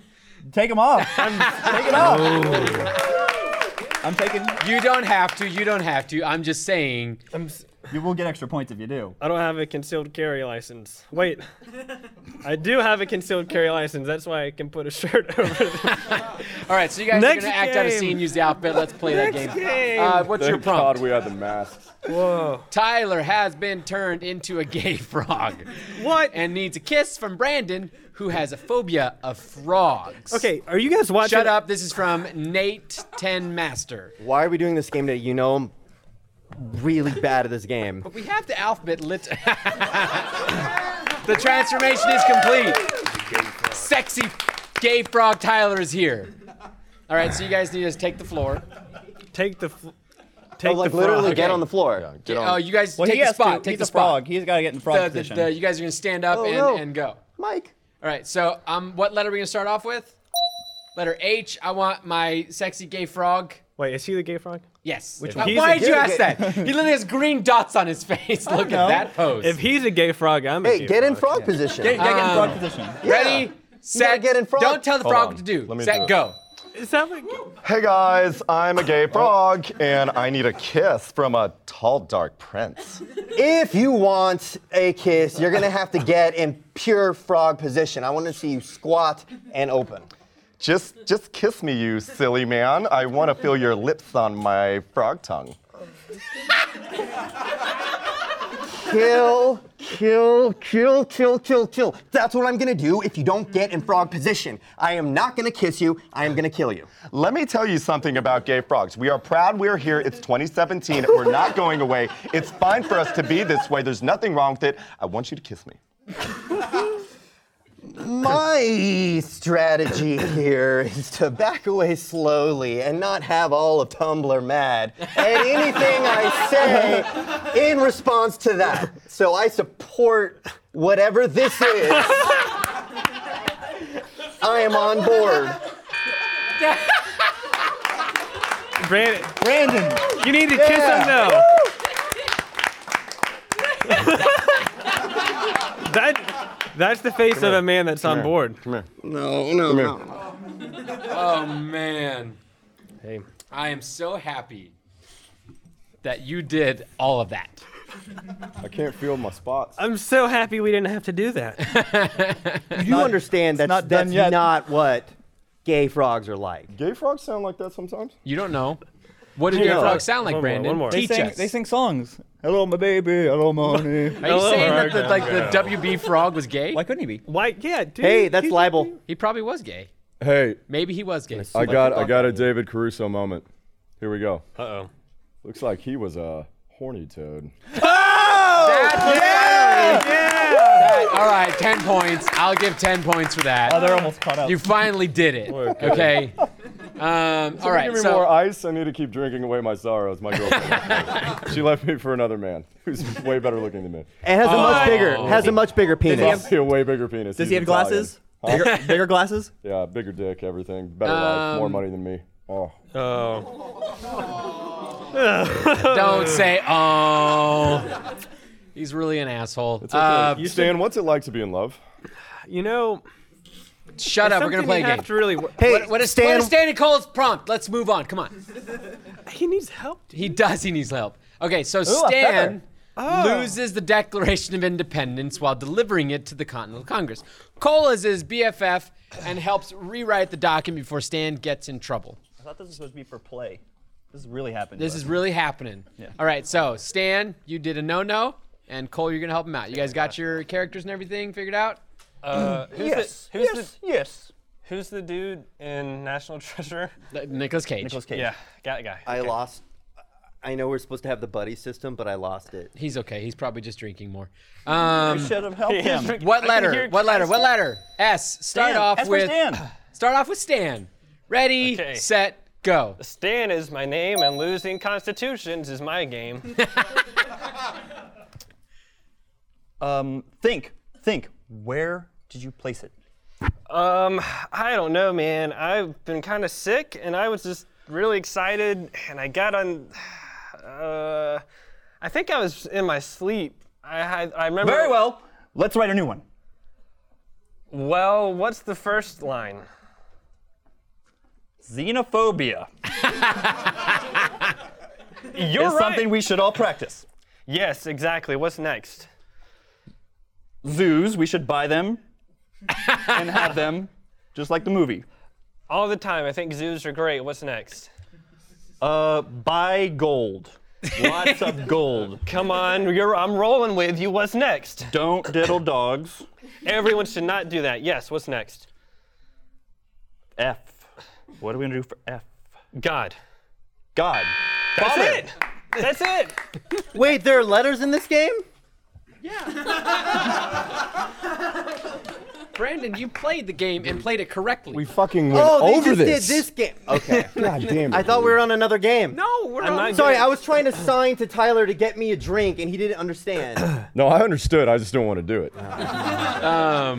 [SPEAKER 2] Take him off. Take it off. I'm taking.
[SPEAKER 1] You don't have to. You don't have to. I'm just saying.
[SPEAKER 4] I'm. s-
[SPEAKER 2] You will get extra points if you do.
[SPEAKER 4] I don't have a concealed carry license. Wait. I do have a concealed carry license. That's why I can put a shirt over. The-
[SPEAKER 1] All right, so you guys
[SPEAKER 4] Next
[SPEAKER 1] are gonna act out a
[SPEAKER 4] game.
[SPEAKER 1] scene, use the outfit. Let's play that
[SPEAKER 4] Next
[SPEAKER 1] game.
[SPEAKER 4] game.
[SPEAKER 1] Uh, what's your
[SPEAKER 5] Thank God
[SPEAKER 1] prompt?
[SPEAKER 5] we had the masks.
[SPEAKER 4] Whoa.
[SPEAKER 1] Tyler has been turned into a gay frog
[SPEAKER 4] What?
[SPEAKER 1] and needs a kiss from Brandon, who has a phobia of frogs.
[SPEAKER 4] okay. Are you guys watching?
[SPEAKER 1] Shut up. This is from Nate Ten Master.
[SPEAKER 6] Why are we doing this game that you know I'm really bad at this game?
[SPEAKER 1] We have the alphabet lit. the transformation is complete. Sexy gay frog Tyler is here. All right, so you guys need to take the floor.
[SPEAKER 4] Take the. Fl- take
[SPEAKER 6] like
[SPEAKER 4] the frog.
[SPEAKER 6] literally get
[SPEAKER 1] Okay.
[SPEAKER 6] on the floor.
[SPEAKER 5] Get
[SPEAKER 1] Oh,
[SPEAKER 5] on.
[SPEAKER 1] you guys
[SPEAKER 2] Well,
[SPEAKER 1] take
[SPEAKER 2] he
[SPEAKER 1] the
[SPEAKER 2] has
[SPEAKER 1] spot.
[SPEAKER 2] to.
[SPEAKER 1] Take
[SPEAKER 2] He's
[SPEAKER 1] the
[SPEAKER 2] a
[SPEAKER 1] spot.
[SPEAKER 2] frog. He's got to get in frog
[SPEAKER 1] The- the-
[SPEAKER 2] position.
[SPEAKER 1] the- you guys are gonna stand
[SPEAKER 7] Oh,
[SPEAKER 1] up and,
[SPEAKER 6] no.
[SPEAKER 1] and go.
[SPEAKER 6] Mike.
[SPEAKER 1] All right. So, um, what letter are we gonna start off with? Letter H. I want my sexy gay frog
[SPEAKER 4] Wait, is he the gay frog?
[SPEAKER 1] Yes.
[SPEAKER 4] Which
[SPEAKER 1] Uh,
[SPEAKER 4] one?
[SPEAKER 1] Why
[SPEAKER 4] He's a
[SPEAKER 1] did you ask
[SPEAKER 4] good-
[SPEAKER 1] that? He literally has green dots on his face. Look at
[SPEAKER 2] know.
[SPEAKER 1] that pose.
[SPEAKER 4] If he's a gay frog, I'm a
[SPEAKER 7] Hey,
[SPEAKER 4] gay
[SPEAKER 7] get in
[SPEAKER 4] frog.
[SPEAKER 7] frog position.
[SPEAKER 2] Yeah, you gotta get in frog
[SPEAKER 1] Um,
[SPEAKER 2] position.
[SPEAKER 1] Ready, set,
[SPEAKER 7] get in frog.
[SPEAKER 1] Don't tell the
[SPEAKER 5] Hold
[SPEAKER 1] frog
[SPEAKER 5] on.
[SPEAKER 1] what to do.
[SPEAKER 5] Let me
[SPEAKER 1] set,
[SPEAKER 5] do it.
[SPEAKER 1] go.
[SPEAKER 4] Is that like
[SPEAKER 5] Hey guys, I'm a gay frog, and I need a kiss from a tall, dark prince.
[SPEAKER 7] If you want a kiss, you're gonna have to get in pure frog position. I wanna see you squat and open.
[SPEAKER 5] Just, just kiss me, you silly man. I want to feel your lips on my frog tongue.
[SPEAKER 7] Kill, kill, kill, kill, kill, kill. That's what I'm gonna do if you don't get in frog position. I am not gonna kiss you, I am gonna kill you.
[SPEAKER 5] Let me tell you something about gay frogs. We are proud we're here. It's 2017. We're not going away. It's fine for us to be this way. There's nothing wrong with it. I want you to kiss me.
[SPEAKER 7] My strategy here is to back away slowly and not have all of Tumblr mad at anything I say in response to that. So I support whatever this is. I am on board.
[SPEAKER 4] Brandon?
[SPEAKER 2] Brandon,
[SPEAKER 4] You need to kiss him now. that that's the face of a man that's on board.
[SPEAKER 7] No, no, no.
[SPEAKER 1] Oh man,
[SPEAKER 4] Hey.
[SPEAKER 1] I am so happy that you did all of that.
[SPEAKER 5] I can't feel my spots.
[SPEAKER 4] I'm so happy we didn't have to do that.
[SPEAKER 6] You understand that's
[SPEAKER 2] not
[SPEAKER 6] not,
[SPEAKER 2] done
[SPEAKER 6] that's
[SPEAKER 2] yet.
[SPEAKER 6] not what gay frogs are like.
[SPEAKER 5] Gay frogs sound like that sometimes.
[SPEAKER 1] You don't know. What did your
[SPEAKER 4] know.
[SPEAKER 1] frog sound like,
[SPEAKER 4] One more,
[SPEAKER 1] Brandon?
[SPEAKER 4] one more.
[SPEAKER 2] they
[SPEAKER 1] Teach
[SPEAKER 2] sing,
[SPEAKER 1] us.
[SPEAKER 2] they sing songs. Hello, my baby. Hello, money.
[SPEAKER 1] Are you
[SPEAKER 4] Hello,
[SPEAKER 1] saying that the,
[SPEAKER 4] Oregon.
[SPEAKER 1] like the WB frog was gay?
[SPEAKER 2] Why couldn't he be?
[SPEAKER 4] Why? Yeah, dude.
[SPEAKER 6] Hey, that's
[SPEAKER 4] he's-
[SPEAKER 6] libel.
[SPEAKER 1] He probably was gay.
[SPEAKER 5] Hey,
[SPEAKER 1] Maybe he was gay.
[SPEAKER 5] I got, I got a David Caruso moment. Here we go.
[SPEAKER 4] Uh-oh.
[SPEAKER 5] Looks like he was a horny toad.
[SPEAKER 1] That- all right, ten points. I'll give ten points for
[SPEAKER 2] Oh,
[SPEAKER 1] that.
[SPEAKER 2] they're almost caught up.
[SPEAKER 1] You finally did it. Okay. Um, all right.
[SPEAKER 5] Give me
[SPEAKER 1] So
[SPEAKER 5] more ice. I need to keep drinking away my sorrows. My girlfriend. she left me for another man who's way better looking than me.
[SPEAKER 6] And has a much bigger has a much bigger penis.
[SPEAKER 5] Probably a way bigger penis.
[SPEAKER 2] Does
[SPEAKER 5] He's
[SPEAKER 2] he have
[SPEAKER 5] Italian.
[SPEAKER 2] glasses?
[SPEAKER 5] Huh?
[SPEAKER 2] Bigger, bigger glasses?
[SPEAKER 5] Yeah, bigger dick, everything. Better life, more
[SPEAKER 1] Um,
[SPEAKER 5] money than me. Oh.
[SPEAKER 4] Oh.
[SPEAKER 1] don't say oh. He's really an asshole. Uh,
[SPEAKER 5] you Stan, what's it like to be in love?
[SPEAKER 4] You know,
[SPEAKER 1] shut up. We're gonna
[SPEAKER 4] something
[SPEAKER 1] play
[SPEAKER 4] you
[SPEAKER 1] a game.
[SPEAKER 4] Have to really,
[SPEAKER 6] Hey,
[SPEAKER 1] What, what, is, Stan, what is Stanley Cole's prompt? Let's move on. Come on.
[SPEAKER 4] he needs help. dude.
[SPEAKER 1] He does. He needs help. Okay, so
[SPEAKER 2] a
[SPEAKER 1] Stan
[SPEAKER 4] Oh.
[SPEAKER 1] loses the Declaration of Independence while delivering it to the Continental Congress. Cole is his BFF and helps rewrite the document before Stan gets in trouble.
[SPEAKER 2] I thought this was supposed to be for play. This is really happening.
[SPEAKER 1] This is really happening. All right, so Stan, you did a no-no, and Cole, you're gonna help him out. You guys got your characters and everything figured out?
[SPEAKER 4] Who's
[SPEAKER 7] Yes,
[SPEAKER 4] the, who's
[SPEAKER 7] yes, yes.
[SPEAKER 4] the Who's the dude in National Treasure?
[SPEAKER 1] Nicholas Cage.
[SPEAKER 7] Nicolas Cage.
[SPEAKER 4] Yeah, got guy.
[SPEAKER 6] I lost. I know we're supposed to have the buddy system, but I lost it.
[SPEAKER 1] He's okay. He's probably just drinking more. Um,
[SPEAKER 2] should have helped him.
[SPEAKER 1] what
[SPEAKER 4] I can
[SPEAKER 1] letter?
[SPEAKER 4] hear
[SPEAKER 1] What letter? What
[SPEAKER 4] Kaiser.
[SPEAKER 1] letter? S. Start
[SPEAKER 2] Dan,
[SPEAKER 1] off
[SPEAKER 2] that's where
[SPEAKER 1] with.
[SPEAKER 2] Dan.
[SPEAKER 1] Start off with Stan. Ready,
[SPEAKER 4] Okay.
[SPEAKER 1] set, go.
[SPEAKER 4] Stan is my name, and losing constitutions is my game.
[SPEAKER 2] Um, think, think. Where did you place it?
[SPEAKER 4] Um, I don't know, man. I've been kind of sick, and I was just really excited, and I got on. Uh, I think I was in my sleep. I had. I remember.
[SPEAKER 2] Very well. Let's write a new one.
[SPEAKER 4] Well, what's the first line?
[SPEAKER 2] Xenophobia
[SPEAKER 4] You're
[SPEAKER 2] is something we should all practice.
[SPEAKER 4] Yes, exactly. What's next?
[SPEAKER 2] Zoos, we should buy them and have them, just like the movie.
[SPEAKER 4] All the time. I think zoos are great. What's next?
[SPEAKER 2] Uh, buy gold. Lots of gold.
[SPEAKER 4] Come on, you're. I'm rolling with you. What's next?
[SPEAKER 2] Don't diddle dogs.
[SPEAKER 4] Everyone should not do that. Yes. What's next?
[SPEAKER 2] F. What are we gonna do for F?
[SPEAKER 4] God.
[SPEAKER 2] God.
[SPEAKER 4] That's it. That's it.
[SPEAKER 6] Wait, there are letters in this game?
[SPEAKER 1] Brandon, you played the game and played it correctly.
[SPEAKER 5] We fucking went
[SPEAKER 6] Oh, they
[SPEAKER 5] over this.
[SPEAKER 6] just did this game. Okay.
[SPEAKER 5] God damn it.
[SPEAKER 6] I thought we were on another game.
[SPEAKER 1] no, we're
[SPEAKER 4] I'm
[SPEAKER 1] on.
[SPEAKER 4] not
[SPEAKER 6] Sorry,
[SPEAKER 4] good.
[SPEAKER 6] I was trying to sign to Tyler to get me a drink, and he didn't understand.
[SPEAKER 5] No, I understood. I just don't want to do it.
[SPEAKER 1] I,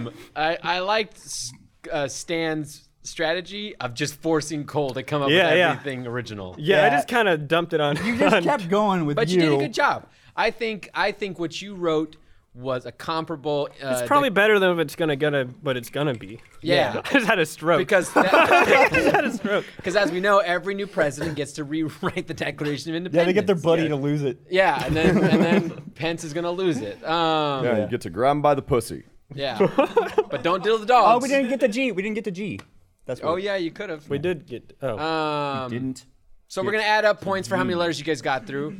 [SPEAKER 1] I liked S- uh, Stan's strategy of just forcing Cole to come up
[SPEAKER 4] Yeah,
[SPEAKER 1] with
[SPEAKER 4] yeah.
[SPEAKER 1] everything original.
[SPEAKER 4] Yeah, I
[SPEAKER 2] Yeah.
[SPEAKER 4] just kind of dumped it on.
[SPEAKER 2] You just
[SPEAKER 4] on-
[SPEAKER 2] kept going with
[SPEAKER 1] But
[SPEAKER 2] you.
[SPEAKER 1] you, did a good job. I think I think what you wrote was a comparable. Uh,
[SPEAKER 4] It's probably better than if it's gonna gonna, but it's gonna be.
[SPEAKER 1] Yeah.
[SPEAKER 4] I just had a stroke.
[SPEAKER 1] because that,
[SPEAKER 4] I just had a stroke.
[SPEAKER 1] because as we know, every new president gets to rewrite the Declaration of
[SPEAKER 2] Yeah,
[SPEAKER 1] Independence.
[SPEAKER 2] they get their buddy to lose it.
[SPEAKER 1] Yeah, and then and then Pence is gonna lose it. Um,
[SPEAKER 8] Yeah, you get to grab him by the pussy.
[SPEAKER 1] yeah. but don't deal the dogs.
[SPEAKER 2] Oh, we didn't get the G. We didn't get the G. That's what
[SPEAKER 1] Oh yeah, you could have.
[SPEAKER 4] We did get. Oh,
[SPEAKER 1] Um,
[SPEAKER 2] didn't.
[SPEAKER 1] so we're gonna add up points for how many letters you guys got through,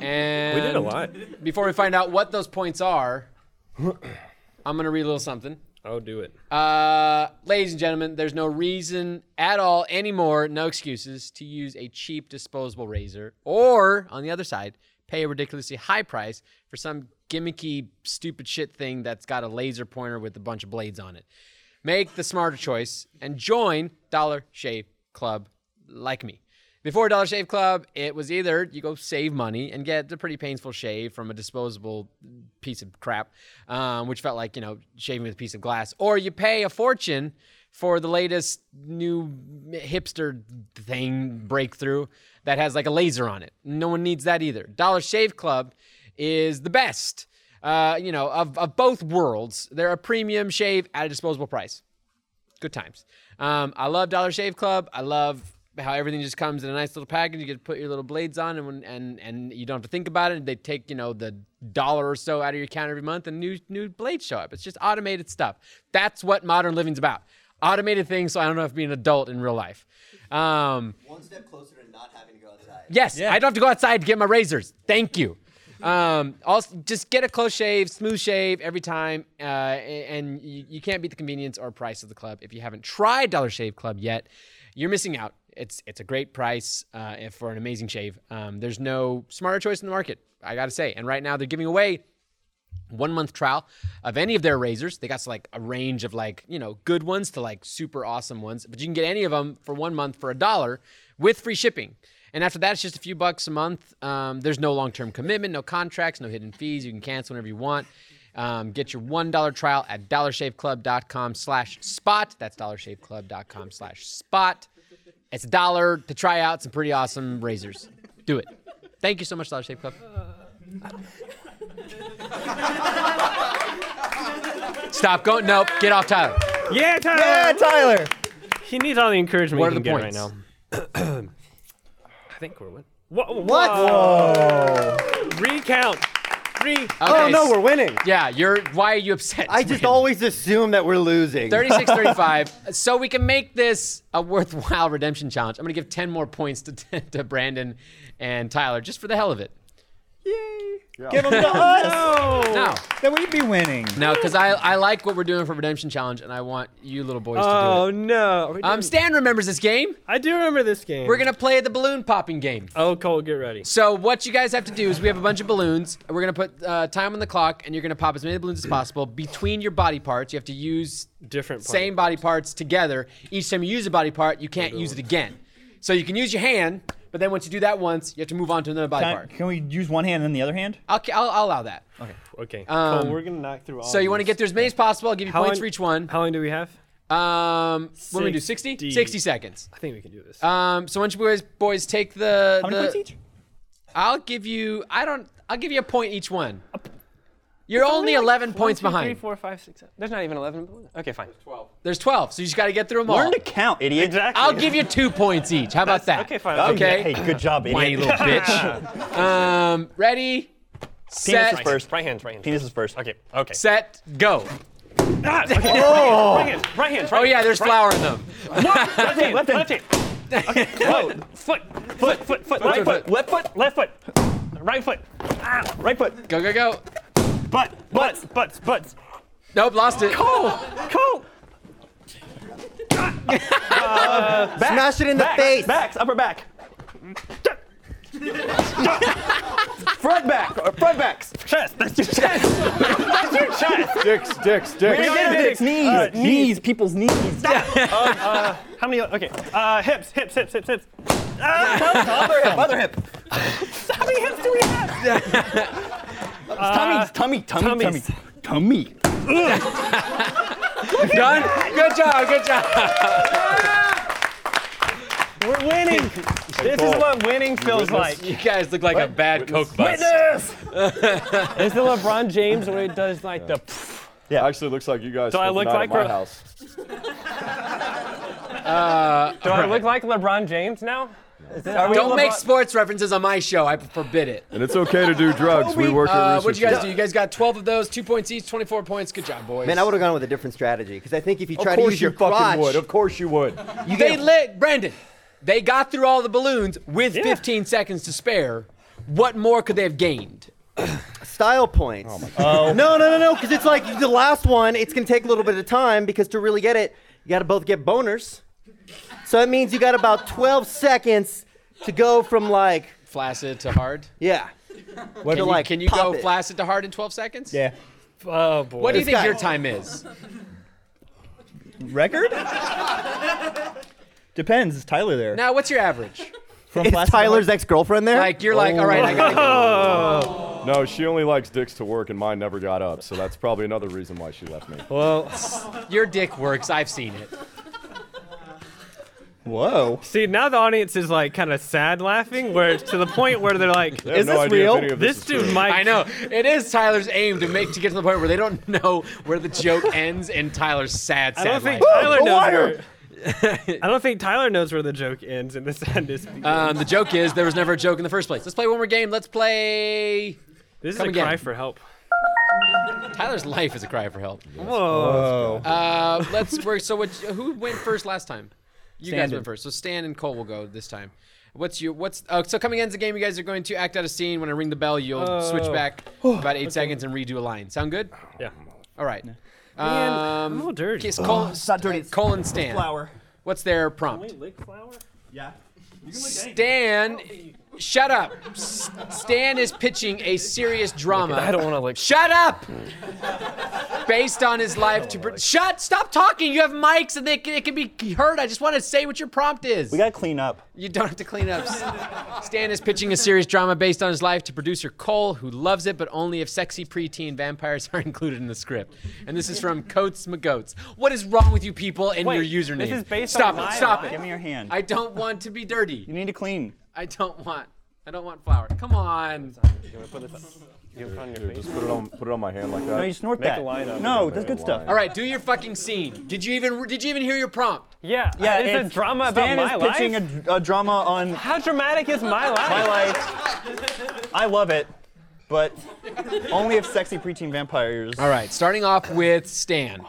[SPEAKER 1] and
[SPEAKER 4] we did a lot.
[SPEAKER 1] Before we find out what those points are, I'm gonna read a little something.
[SPEAKER 4] I'll Oh, do it.
[SPEAKER 1] Uh, ladies and gentlemen, there's no reason at all anymore, no excuses, to use a cheap disposable razor or, on the other side, pay a ridiculously high price for some gimmicky, stupid shit thing that's got a laser pointer with a bunch of blades on it. Make the smarter choice and join Dollar Shave Club like me. Before Dollar Shave Club, it was either you go save money and get a pretty painful shave from a disposable piece of crap, um, which felt like, you know, shaving with a piece of glass, or you pay a fortune for the latest new hipster thing breakthrough that has like a laser on it. No one needs that either. Dollar Shave Club is the best, uh, you know, of, of both worlds. They're a premium shave at a disposable price good times. Um, I love Dollar Shave Club. I love how everything just comes in a nice little package. You get to put your little blades on, and when, and and you don't have to think about it. They take you know the dollar or so out of your account every month, and new new blades show up. It's just automated stuff. That's what modern living's about. Automated things, so I don't know if being an adult in real life. Um,
[SPEAKER 7] One step closer to not having to go outside.
[SPEAKER 1] Yes, I don't have to go outside to get my razors. Thank you. Um, also, just get a close shave, smooth shave every time, uh, and you, you can't beat the convenience or price of the club. If you haven't tried Dollar Shave Club yet, you're missing out. It's it's a great price uh, and for an amazing shave. Um, there's no smarter choice in the market, I gotta say. And right now they're giving away one month trial of any of their razors. They got like a range of like, you know, good ones to like super awesome ones, but you can get any of them for one month for a dollar with free shipping. And after that, it's just a few bucks a month. Um, there's no long term commitment, no contracts, no hidden fees. You can cancel whenever you want. Um, get your one dollar trial at dollarshaveclub.com slash spot. That's dollarshaveclub.com slash spot. It's a dollar to try out some pretty awesome razors. Do it. Thank you so much, Dollar Shave Club. Stop going. Nope. Get off, Tyler.
[SPEAKER 4] Yeah, Ah, Tyler.
[SPEAKER 2] Yeah, Tyler.
[SPEAKER 4] He needs all the encouragement
[SPEAKER 1] What
[SPEAKER 4] he
[SPEAKER 1] are
[SPEAKER 4] can
[SPEAKER 1] the
[SPEAKER 4] get right
[SPEAKER 1] points?
[SPEAKER 4] now. I think we're winning. What?
[SPEAKER 2] What? Whoa.
[SPEAKER 4] Recount. Three.
[SPEAKER 1] Okay,
[SPEAKER 3] Oh no,
[SPEAKER 1] s-
[SPEAKER 3] we're winning.
[SPEAKER 1] Yeah, you're. Why are you upset?
[SPEAKER 7] I just always assume that we're losing.
[SPEAKER 1] 36 35. So we can make this a worthwhile redemption challenge. I'm going to give 10 more points to, to Brandon and Tyler just for the hell of it.
[SPEAKER 2] Give him to us.
[SPEAKER 1] Now,
[SPEAKER 2] Then we'd be winning.
[SPEAKER 1] now, because I, I like what we're doing for redemption challenge and I want you little boys
[SPEAKER 4] Oh
[SPEAKER 1] to do it.
[SPEAKER 4] no. We
[SPEAKER 1] Um,
[SPEAKER 4] didn't-
[SPEAKER 1] Stan remembers this game.
[SPEAKER 4] I do remember this game.
[SPEAKER 1] We're going to play the balloon popping game.
[SPEAKER 4] Oh, Cole, get ready.
[SPEAKER 1] So what you guys have to do is we have a bunch of balloons. and We're gonna put uh, time on the clock, and you're gonna pop as many balloons as possible between your body parts. You have to use
[SPEAKER 4] Different body
[SPEAKER 1] same body parts together. Each time you use a body part, you can't use it again. So you can use your hand, but then once you do that once, you have to move on to another body
[SPEAKER 2] Can,
[SPEAKER 1] part.
[SPEAKER 2] can we use one hand and then the other hand?
[SPEAKER 1] I'll, I'll, I'll allow that.
[SPEAKER 4] Okay.
[SPEAKER 1] Um,
[SPEAKER 4] Cole, we're gonna knock through all.
[SPEAKER 1] So you want to get through as many as possible. I'll give you
[SPEAKER 4] How
[SPEAKER 1] points
[SPEAKER 4] long-
[SPEAKER 1] for each one.
[SPEAKER 4] How long do we have?
[SPEAKER 1] Um, what do we do? 60?
[SPEAKER 4] 60.
[SPEAKER 1] 60 seconds.
[SPEAKER 4] I think we can do this.
[SPEAKER 1] Um, so once you boys boys take the
[SPEAKER 2] How many
[SPEAKER 1] the-
[SPEAKER 2] points each?
[SPEAKER 1] I'll give you. I don't. I'll give you a point each one. You're only 11 points behind.
[SPEAKER 4] Three, four, five, six, seven. There's not even eleven. balloons. Okay, fine.
[SPEAKER 1] There's 12, so you just got to get through them all.
[SPEAKER 2] Learn to count, idiot.
[SPEAKER 4] Exactly.
[SPEAKER 1] I'll give you two points each. How about that?
[SPEAKER 4] okay, fine.
[SPEAKER 1] Okay.
[SPEAKER 2] Hey, good job,
[SPEAKER 1] Whiny
[SPEAKER 2] idiot.
[SPEAKER 1] little bitch. um, ready, set,
[SPEAKER 4] First, right hands, right hands.
[SPEAKER 2] Penis is first.
[SPEAKER 4] Okay. Okay.
[SPEAKER 1] set, go.
[SPEAKER 4] Ah, okay. Right hands, right hands, right hands.
[SPEAKER 1] Oh yeah, there's flour in them.
[SPEAKER 4] Left hand, left hand. Okay. Foot, foot, foot, foot, foot, right
[SPEAKER 1] foot,
[SPEAKER 4] foot,
[SPEAKER 1] foot.
[SPEAKER 4] left foot, left foot, right foot, ah, right foot,
[SPEAKER 1] Go go go.
[SPEAKER 4] butt, butts, butts, butts. Oh,
[SPEAKER 1] Nope, lost it.
[SPEAKER 4] Cole, Cole,
[SPEAKER 7] Smash it in the face.
[SPEAKER 2] Backs, upper back. front back, or front backs.
[SPEAKER 4] chest. That's your chest. That's your chest.
[SPEAKER 8] Dicks, dicks, dicks.
[SPEAKER 4] got it.
[SPEAKER 2] It's knees,
[SPEAKER 4] Uh,
[SPEAKER 2] knees, people's knees.
[SPEAKER 4] How many? Okay. Uh, hips, hips, hips, hips, hips.
[SPEAKER 2] other hip, other hip.
[SPEAKER 4] How many hips do we have?
[SPEAKER 2] Uh, Tummy, tummy, tummy, tummy,
[SPEAKER 4] tummies.
[SPEAKER 2] tummy.
[SPEAKER 1] Done. Good job. Good job.
[SPEAKER 4] We're winning. this is what winning feels like.
[SPEAKER 1] You guys look like a bad Coke bus.
[SPEAKER 4] Is it LeBron James where it does like the?
[SPEAKER 8] Actually, looks like you guys.
[SPEAKER 4] Do I
[SPEAKER 8] spent the
[SPEAKER 4] look
[SPEAKER 8] night
[SPEAKER 4] like
[SPEAKER 8] at my
[SPEAKER 4] we're-
[SPEAKER 8] house?
[SPEAKER 4] Do I look like LeBron James now?
[SPEAKER 1] Don't make sports references on my show. I forbid it.
[SPEAKER 8] And it's okay to do drugs. we work at
[SPEAKER 1] Uh, what'd you guys do? You guys got 12 of those, two points each, 24 points. Good job, boys.
[SPEAKER 6] Man, I would have gone with a different strategy because I think if you
[SPEAKER 8] Of
[SPEAKER 6] try to
[SPEAKER 8] course
[SPEAKER 6] use
[SPEAKER 8] you
[SPEAKER 6] your
[SPEAKER 8] fucking
[SPEAKER 6] crotch,
[SPEAKER 8] would. Of course you would.
[SPEAKER 6] you
[SPEAKER 1] They
[SPEAKER 6] get a-
[SPEAKER 1] lit Brandon. They got through all the balloons with 15 seconds to spare. What more could they have gained?
[SPEAKER 6] style points. Oh my god. no, no, no, no, because it's like the last one. It's gonna take a little bit of time because to really get it, you gotta both get boners. So that means you got about 12 seconds to go from like,
[SPEAKER 1] Flaccid to hard.
[SPEAKER 6] yeah.
[SPEAKER 1] Can you,
[SPEAKER 6] like,
[SPEAKER 1] can you
[SPEAKER 6] pop
[SPEAKER 1] go
[SPEAKER 6] it.
[SPEAKER 1] flaccid to hard in 12 seconds?
[SPEAKER 2] Yeah.
[SPEAKER 4] Oh boy.
[SPEAKER 1] What do you think
[SPEAKER 6] guy-
[SPEAKER 1] your time is?
[SPEAKER 2] Record? Depends. Is Tyler there?
[SPEAKER 1] Now, what's your average?
[SPEAKER 2] From
[SPEAKER 6] Is
[SPEAKER 2] Plastic
[SPEAKER 6] Tyler's ex-girlfriend there?
[SPEAKER 1] Like, you're like, all right, I gotta go.
[SPEAKER 8] No, she only likes dicks to work, and mine never got up. So that's probably another reason why she left me.
[SPEAKER 4] Well,
[SPEAKER 1] Your dick works. I've seen it.
[SPEAKER 2] Whoa.
[SPEAKER 4] see now the audience is like kind of sad laughing, where it's to the point where they're like,
[SPEAKER 8] They have
[SPEAKER 2] Is
[SPEAKER 8] no
[SPEAKER 2] this
[SPEAKER 8] idea if
[SPEAKER 2] real?
[SPEAKER 8] any of
[SPEAKER 4] "This
[SPEAKER 8] is
[SPEAKER 4] dude
[SPEAKER 8] true.
[SPEAKER 4] might."
[SPEAKER 1] I know. It is Tyler's aim to make to get to the point where they don't know where the joke ends and Tyler's sad,
[SPEAKER 4] I
[SPEAKER 1] sad
[SPEAKER 4] don't think
[SPEAKER 1] life.
[SPEAKER 4] Tyler
[SPEAKER 2] a
[SPEAKER 4] knows.
[SPEAKER 2] liar!
[SPEAKER 4] Where, I don't think Tyler knows where the joke ends and the sadness begins.
[SPEAKER 1] Um, the joke is there was never a joke in the first place. Let's play one more game. Let's play.
[SPEAKER 4] this is a
[SPEAKER 1] come again.
[SPEAKER 4] cry for help.
[SPEAKER 1] Tyler's life is a cry for help.
[SPEAKER 4] Whoa.
[SPEAKER 1] Uh, let's work. So, what, who went first last time? You guys
[SPEAKER 2] Stan
[SPEAKER 1] went
[SPEAKER 2] did.
[SPEAKER 1] first. So Stan and Cole will go this time. What's your what's oh, so coming ends the game? You guys are going to act out a scene. When I ring the bell, you'll switch
[SPEAKER 4] Oh.
[SPEAKER 1] back about eight seconds and redo a line. Sound good?
[SPEAKER 4] Yeah.
[SPEAKER 1] All right.
[SPEAKER 4] Man,
[SPEAKER 1] Um,
[SPEAKER 4] I'm all dirty.
[SPEAKER 1] okay, so Cole, Cole and Stan. What's their prompt?
[SPEAKER 4] Lick flower?
[SPEAKER 1] Stan, shut up. S- Stan is pitching a serious drama.
[SPEAKER 4] I don't want to like.
[SPEAKER 1] Shut up! Based on his life to. Pr- Shut! Stop talking! You have mics and they can, it can be heard. I just want to say what your prompt is.
[SPEAKER 2] We gotta clean up.
[SPEAKER 1] you don't have to clean up. S- Stan is pitching a serious drama based on his life to producer Cole, who loves it, but only if sexy preteen vampires are included in the script. And this is from Coates McGoats. What is wrong with you people and
[SPEAKER 4] Wait,
[SPEAKER 1] your username?
[SPEAKER 4] this is based
[SPEAKER 1] stop
[SPEAKER 4] on
[SPEAKER 1] it!
[SPEAKER 4] my
[SPEAKER 1] Stop
[SPEAKER 4] life?
[SPEAKER 1] it!
[SPEAKER 2] Give me your hand.
[SPEAKER 1] I don't want to be dirty.
[SPEAKER 2] you need to clean.
[SPEAKER 1] I don't want. I don't want flour. Come on.
[SPEAKER 8] Dude, just put it on, put it on my hand like that.
[SPEAKER 2] No, you snort
[SPEAKER 4] Make
[SPEAKER 2] that.
[SPEAKER 4] a line out of
[SPEAKER 2] no,
[SPEAKER 8] it.
[SPEAKER 2] that's good
[SPEAKER 8] Make a
[SPEAKER 2] stuff.
[SPEAKER 8] line.
[SPEAKER 1] All right, do your fucking scene. Did you even did you even hear your prompt?
[SPEAKER 4] Yeah.
[SPEAKER 2] Yeah,
[SPEAKER 4] It's, a drama
[SPEAKER 2] Stan
[SPEAKER 4] about my
[SPEAKER 2] is
[SPEAKER 4] life.
[SPEAKER 2] pitching A, a drama on
[SPEAKER 4] How dramatic is my life?
[SPEAKER 2] my life. I love it, but only if sexy preteen vampires.
[SPEAKER 1] All right, starting off with Stan.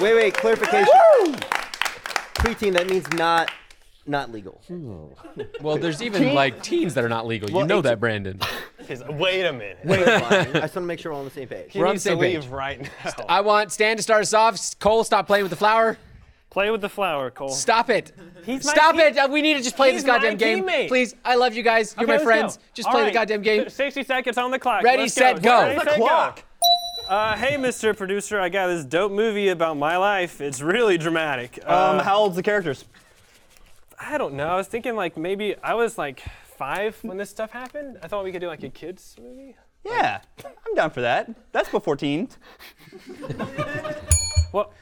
[SPEAKER 6] Wait, wait, clarification. Preteen, that means not not legal.
[SPEAKER 1] Well, there's even like teens that are not legal. You know that, Brandon.
[SPEAKER 4] Wait a minute.
[SPEAKER 6] Wait, I just want to make sure we're on the same page.
[SPEAKER 4] He
[SPEAKER 1] We're on
[SPEAKER 4] needs
[SPEAKER 1] the
[SPEAKER 4] to
[SPEAKER 1] same page.
[SPEAKER 4] leave right now.
[SPEAKER 1] I want Stan to start us off. S- Cole, stop playing with the flour.
[SPEAKER 4] Play with the flower, Cole.
[SPEAKER 1] Stop it.
[SPEAKER 4] He's my
[SPEAKER 1] Stop
[SPEAKER 4] team-
[SPEAKER 1] it. Uh, We need to just play
[SPEAKER 4] He's
[SPEAKER 1] this goddamn
[SPEAKER 4] my
[SPEAKER 1] game.
[SPEAKER 4] teammate.
[SPEAKER 1] Please, I love you guys. You're
[SPEAKER 4] Okay,
[SPEAKER 1] my
[SPEAKER 4] let's
[SPEAKER 1] friends.
[SPEAKER 4] go.
[SPEAKER 1] Just
[SPEAKER 4] All
[SPEAKER 1] play
[SPEAKER 4] right.
[SPEAKER 1] the goddamn game.
[SPEAKER 4] 60 seconds on the clock.
[SPEAKER 1] Ready,
[SPEAKER 4] Let's
[SPEAKER 1] set, go.
[SPEAKER 4] Ready,
[SPEAKER 1] The
[SPEAKER 4] set, go.
[SPEAKER 2] clock.
[SPEAKER 4] Uh, hey, Mr. Producer, I got this dope movie about my life. It's really dramatic.
[SPEAKER 2] Um,
[SPEAKER 4] Uh,
[SPEAKER 2] how old's the characters?
[SPEAKER 4] I don't know. I was thinking like maybe I was like five when this stuff happened. I thought we could do like a kids movie.
[SPEAKER 2] Yeah, I'm down for that. That's before teens.
[SPEAKER 4] Well,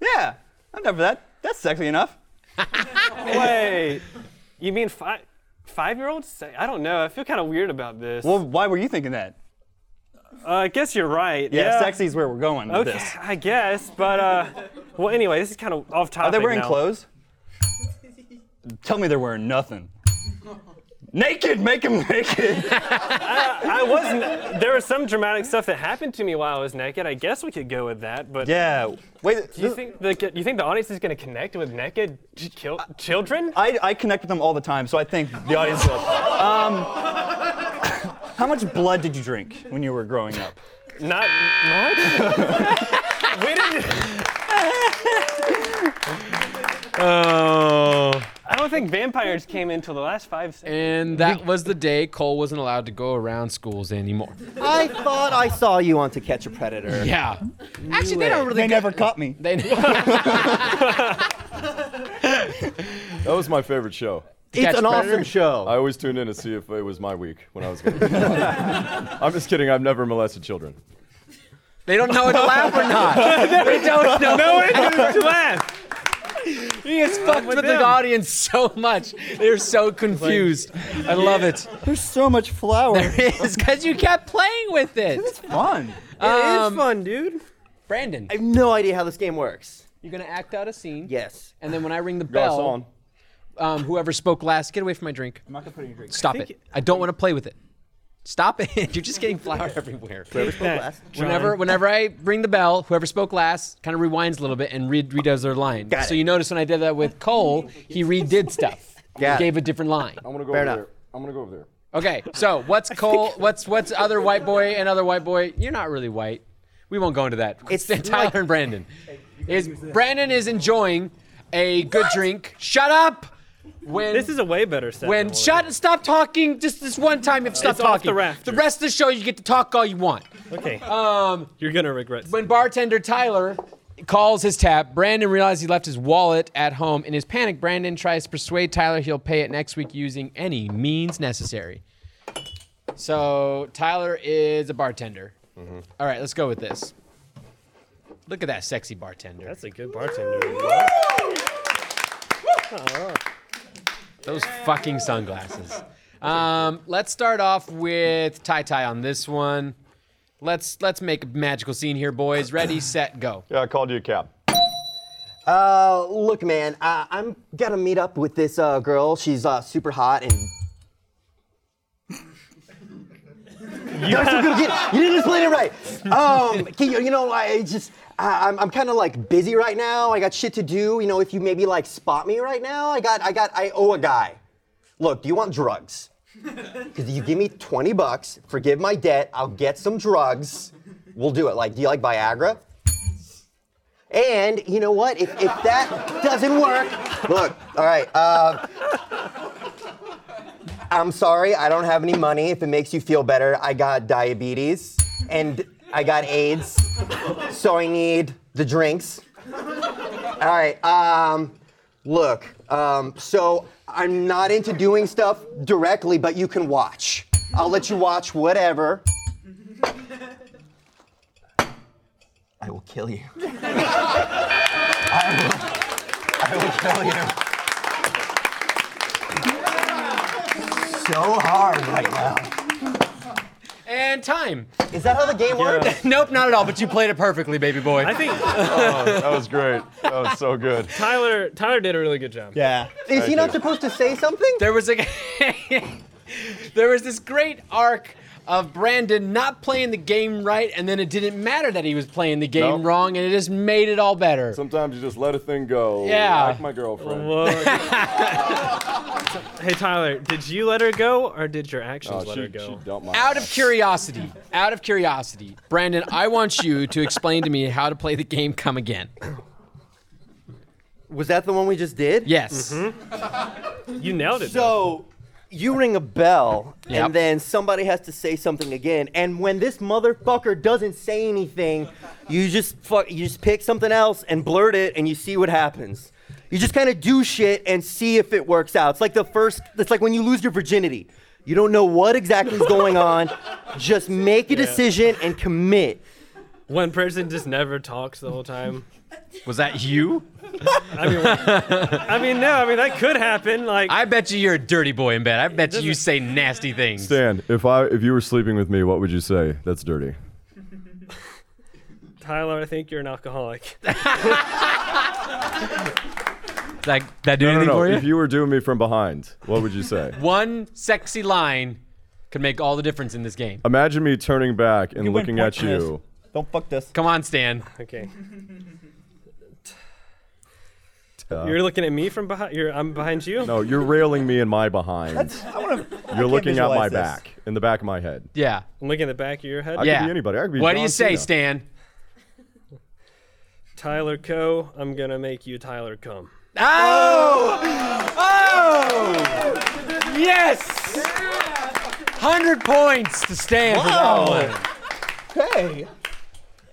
[SPEAKER 2] Yeah, I'm down for that. That's sexy enough.
[SPEAKER 4] wait. you mean five? Five-year-olds? I don't know. I feel kind of weird about this.
[SPEAKER 2] Well, why were you thinking that?
[SPEAKER 4] uh, I guess you're right.
[SPEAKER 2] Yeah, sexy's where we're going with
[SPEAKER 4] Okay,
[SPEAKER 2] this.
[SPEAKER 4] I guess, but uh, well, anyway, this is kind of off topic.
[SPEAKER 2] Are they wearing
[SPEAKER 4] now.
[SPEAKER 2] clothes? Tell me they're wearing nothing. naked, make them naked.
[SPEAKER 4] I wasn't. There was some dramatic stuff that happened to me while I was naked. I guess we could go with that, but
[SPEAKER 2] yeah. Wait.
[SPEAKER 4] Do you think the you think the audience is going to connect with naked ch-
[SPEAKER 2] Uh,
[SPEAKER 4] kil- children?
[SPEAKER 2] I, I connect with them all the time, so I think the audience will. Um, how much blood did you drink when you were growing up?
[SPEAKER 4] Not what? we didn't.
[SPEAKER 1] Oh.
[SPEAKER 4] I don't think vampires came in till the last five. seconds.
[SPEAKER 1] And that was the day Cole wasn't allowed to go around schools anymore.
[SPEAKER 6] I thought I saw you on To Catch a Predator.
[SPEAKER 1] Yeah. Actually, they don't really.
[SPEAKER 2] They never caught me.
[SPEAKER 1] They,
[SPEAKER 8] That was my favorite show.
[SPEAKER 6] It's
[SPEAKER 1] Catch
[SPEAKER 6] an
[SPEAKER 1] a Predator?
[SPEAKER 6] awesome show.
[SPEAKER 8] I always tuned in to see if it was my week when I was. Gonna I'm just kidding. I've never molested children.
[SPEAKER 1] They don't know if to laugh or not. they don't know.
[SPEAKER 4] No one knew to laugh.
[SPEAKER 1] He has fucked with,
[SPEAKER 4] with
[SPEAKER 1] the
[SPEAKER 4] them.
[SPEAKER 1] audience so much. They're so confused. I love it.
[SPEAKER 2] There's so much flour.
[SPEAKER 1] It's because you kept playing with it.
[SPEAKER 2] Fun.
[SPEAKER 1] Um,
[SPEAKER 9] it is fun, dude.
[SPEAKER 1] Brandon,
[SPEAKER 9] I have no idea how this game works.
[SPEAKER 1] you're going to act out a scene.
[SPEAKER 9] Yes.
[SPEAKER 1] And then when I ring the
[SPEAKER 5] Garcon.
[SPEAKER 1] bell, um, whoever spoke last, get away from my drink.
[SPEAKER 2] I'm not gonna put any drinks.
[SPEAKER 1] Stop it. I don't want to play with it. Stop it. You're just getting flour everywhere.
[SPEAKER 9] Last.
[SPEAKER 1] Whenever, whenever I ring the bell, whoever spoke last kind of rewinds a little bit and re- redoes their line. so you notice when I did that with Cole, he redid stuff.
[SPEAKER 9] Got it.
[SPEAKER 1] He gave a different line.
[SPEAKER 5] I'm gonna go
[SPEAKER 9] Fair
[SPEAKER 5] over
[SPEAKER 9] enough.
[SPEAKER 5] there. I'm gonna go over there.
[SPEAKER 1] Okay, so what's Cole? What's what's other white boy and other white boy? You're not really white. We won't go into that. It's
[SPEAKER 9] It's
[SPEAKER 1] Tyler
[SPEAKER 9] like-
[SPEAKER 1] and Brandon. Is Brandon is enjoying a good drink? Shut up. When
[SPEAKER 4] This is a way better set.
[SPEAKER 1] when
[SPEAKER 4] than what
[SPEAKER 1] shut stop talking. Just this one time, you have to stop
[SPEAKER 4] It's off
[SPEAKER 1] talking.
[SPEAKER 4] the rafters.
[SPEAKER 1] rest of the show, you get to talk all you want.
[SPEAKER 4] it- Okay. Um, you're gonna regret.
[SPEAKER 1] When bartender Tyler calls his tap, Brandon realizes he left his wallet at home. In his panic, Brandon tries to persuade Tyler he'll pay it next week using any means necessary. So Tyler is a bartender.
[SPEAKER 4] Mm-hmm.
[SPEAKER 1] All right, let's go with this. Look at that sexy bartender.
[SPEAKER 4] That's a good bartender.
[SPEAKER 1] Those fucking sunglasses. Um, let's start off with tie tie on this one. Let's let's make a magical scene here, boys. Ready, set, go.
[SPEAKER 5] Yeah, I called you a cab.
[SPEAKER 6] Uh, look, man, uh, I'm gonna meet up with this uh, girl. She's uh, super hot and. you guys are gonna get. You didn't explain it right. Um, can you, you know, I just. I, I'm, I'm kind of like busy right now. I got shit to do. You know, if you maybe like spot me right now, I got, I got, I owe a guy. Look, do you want drugs? Because you give me 20 bucks, forgive my debt, I'll get some drugs. We'll do it. Like, do you like Viagra? And you know what? If, if that doesn't work, look, all right. Uh, I'm sorry, I don't have any money. If it makes you feel better, I got diabetes and I got AIDS, so I need the drinks. All right. Um, look, um, so I'm not into doing stuff directly, but you can watch. I'll let you watch whatever. I will kill you. I will kill you. So hard right now.
[SPEAKER 1] And time.
[SPEAKER 6] Is that how the game works?
[SPEAKER 1] Nope, not at all. But you played it perfectly, baby boy.
[SPEAKER 4] I think
[SPEAKER 5] That was great. That was so good.
[SPEAKER 4] Tyler Tyler did a really good job.
[SPEAKER 2] Yeah.
[SPEAKER 6] Is he not supposed to say something?
[SPEAKER 1] there was a there was this great arc of Brandon not playing the game right, and then it didn't matter that he was playing the game
[SPEAKER 5] Nope.
[SPEAKER 1] wrong, and it just made it all better.
[SPEAKER 5] Sometimes you just let a thing go.
[SPEAKER 1] Yeah.
[SPEAKER 5] Like my girlfriend.
[SPEAKER 4] Whoa. hey Tyler, did you let her go or did your actions
[SPEAKER 5] Oh,
[SPEAKER 4] let
[SPEAKER 5] she,
[SPEAKER 4] her go?
[SPEAKER 5] she dumped my
[SPEAKER 1] out of
[SPEAKER 5] ass.
[SPEAKER 1] curiosity, out of curiosity, Brandon, I want you to explain to me how to play the game Come Again.
[SPEAKER 9] Was that the one we just did?
[SPEAKER 1] Yes.
[SPEAKER 5] Mm-hmm.
[SPEAKER 4] You nailed it. though.
[SPEAKER 9] So you ring a bell,
[SPEAKER 1] Yep.
[SPEAKER 9] and then somebody has to say something again. And when this motherfucker doesn't say anything, you just fuck, you just pick something else and blurt it, and you see what happens. You just kind of do shit and see if it works out. It's like the first. It's like when you lose your virginity. You don't know what exactly is going on. Just make a decision and commit.
[SPEAKER 4] one person just never talks the whole time.
[SPEAKER 1] Was that you?
[SPEAKER 4] I mean, I mean, no, I mean that could happen. Like,
[SPEAKER 1] I bet you you're a dirty boy in bed. I bet you, you say nasty things.
[SPEAKER 5] Dan, if I if you were sleeping with me, what would you say? That's dirty.
[SPEAKER 4] Tyler, I think you're an alcoholic.
[SPEAKER 1] Like that do
[SPEAKER 5] No, no,
[SPEAKER 1] anything
[SPEAKER 5] no.
[SPEAKER 1] for you?
[SPEAKER 5] If you were doing me from behind, what would you say?
[SPEAKER 1] One sexy line could make all the difference in this game.
[SPEAKER 5] Imagine me turning back and
[SPEAKER 2] You win
[SPEAKER 5] looking
[SPEAKER 2] points
[SPEAKER 5] at
[SPEAKER 2] for this.
[SPEAKER 5] you.
[SPEAKER 2] Don't fuck this.
[SPEAKER 1] Come on, Stan.
[SPEAKER 4] Okay,
[SPEAKER 5] Uh,
[SPEAKER 4] you're looking at me from behind. You're, I'm behind you.
[SPEAKER 5] no, you're railing me in my behind.
[SPEAKER 2] I wanna,
[SPEAKER 5] you're looking at my back, in the back of my head.
[SPEAKER 1] Yeah.
[SPEAKER 4] I'm looking at the back of your head.
[SPEAKER 5] I
[SPEAKER 1] Yeah.
[SPEAKER 5] could be anybody. I could be
[SPEAKER 1] What do
[SPEAKER 5] John
[SPEAKER 1] you say,
[SPEAKER 5] Cena.
[SPEAKER 1] Stan?
[SPEAKER 4] Tyler Co. I'm gonna make you Tyler come.
[SPEAKER 1] Oh! Oh! Yes! 100 points to Stan for that one.
[SPEAKER 2] Hey.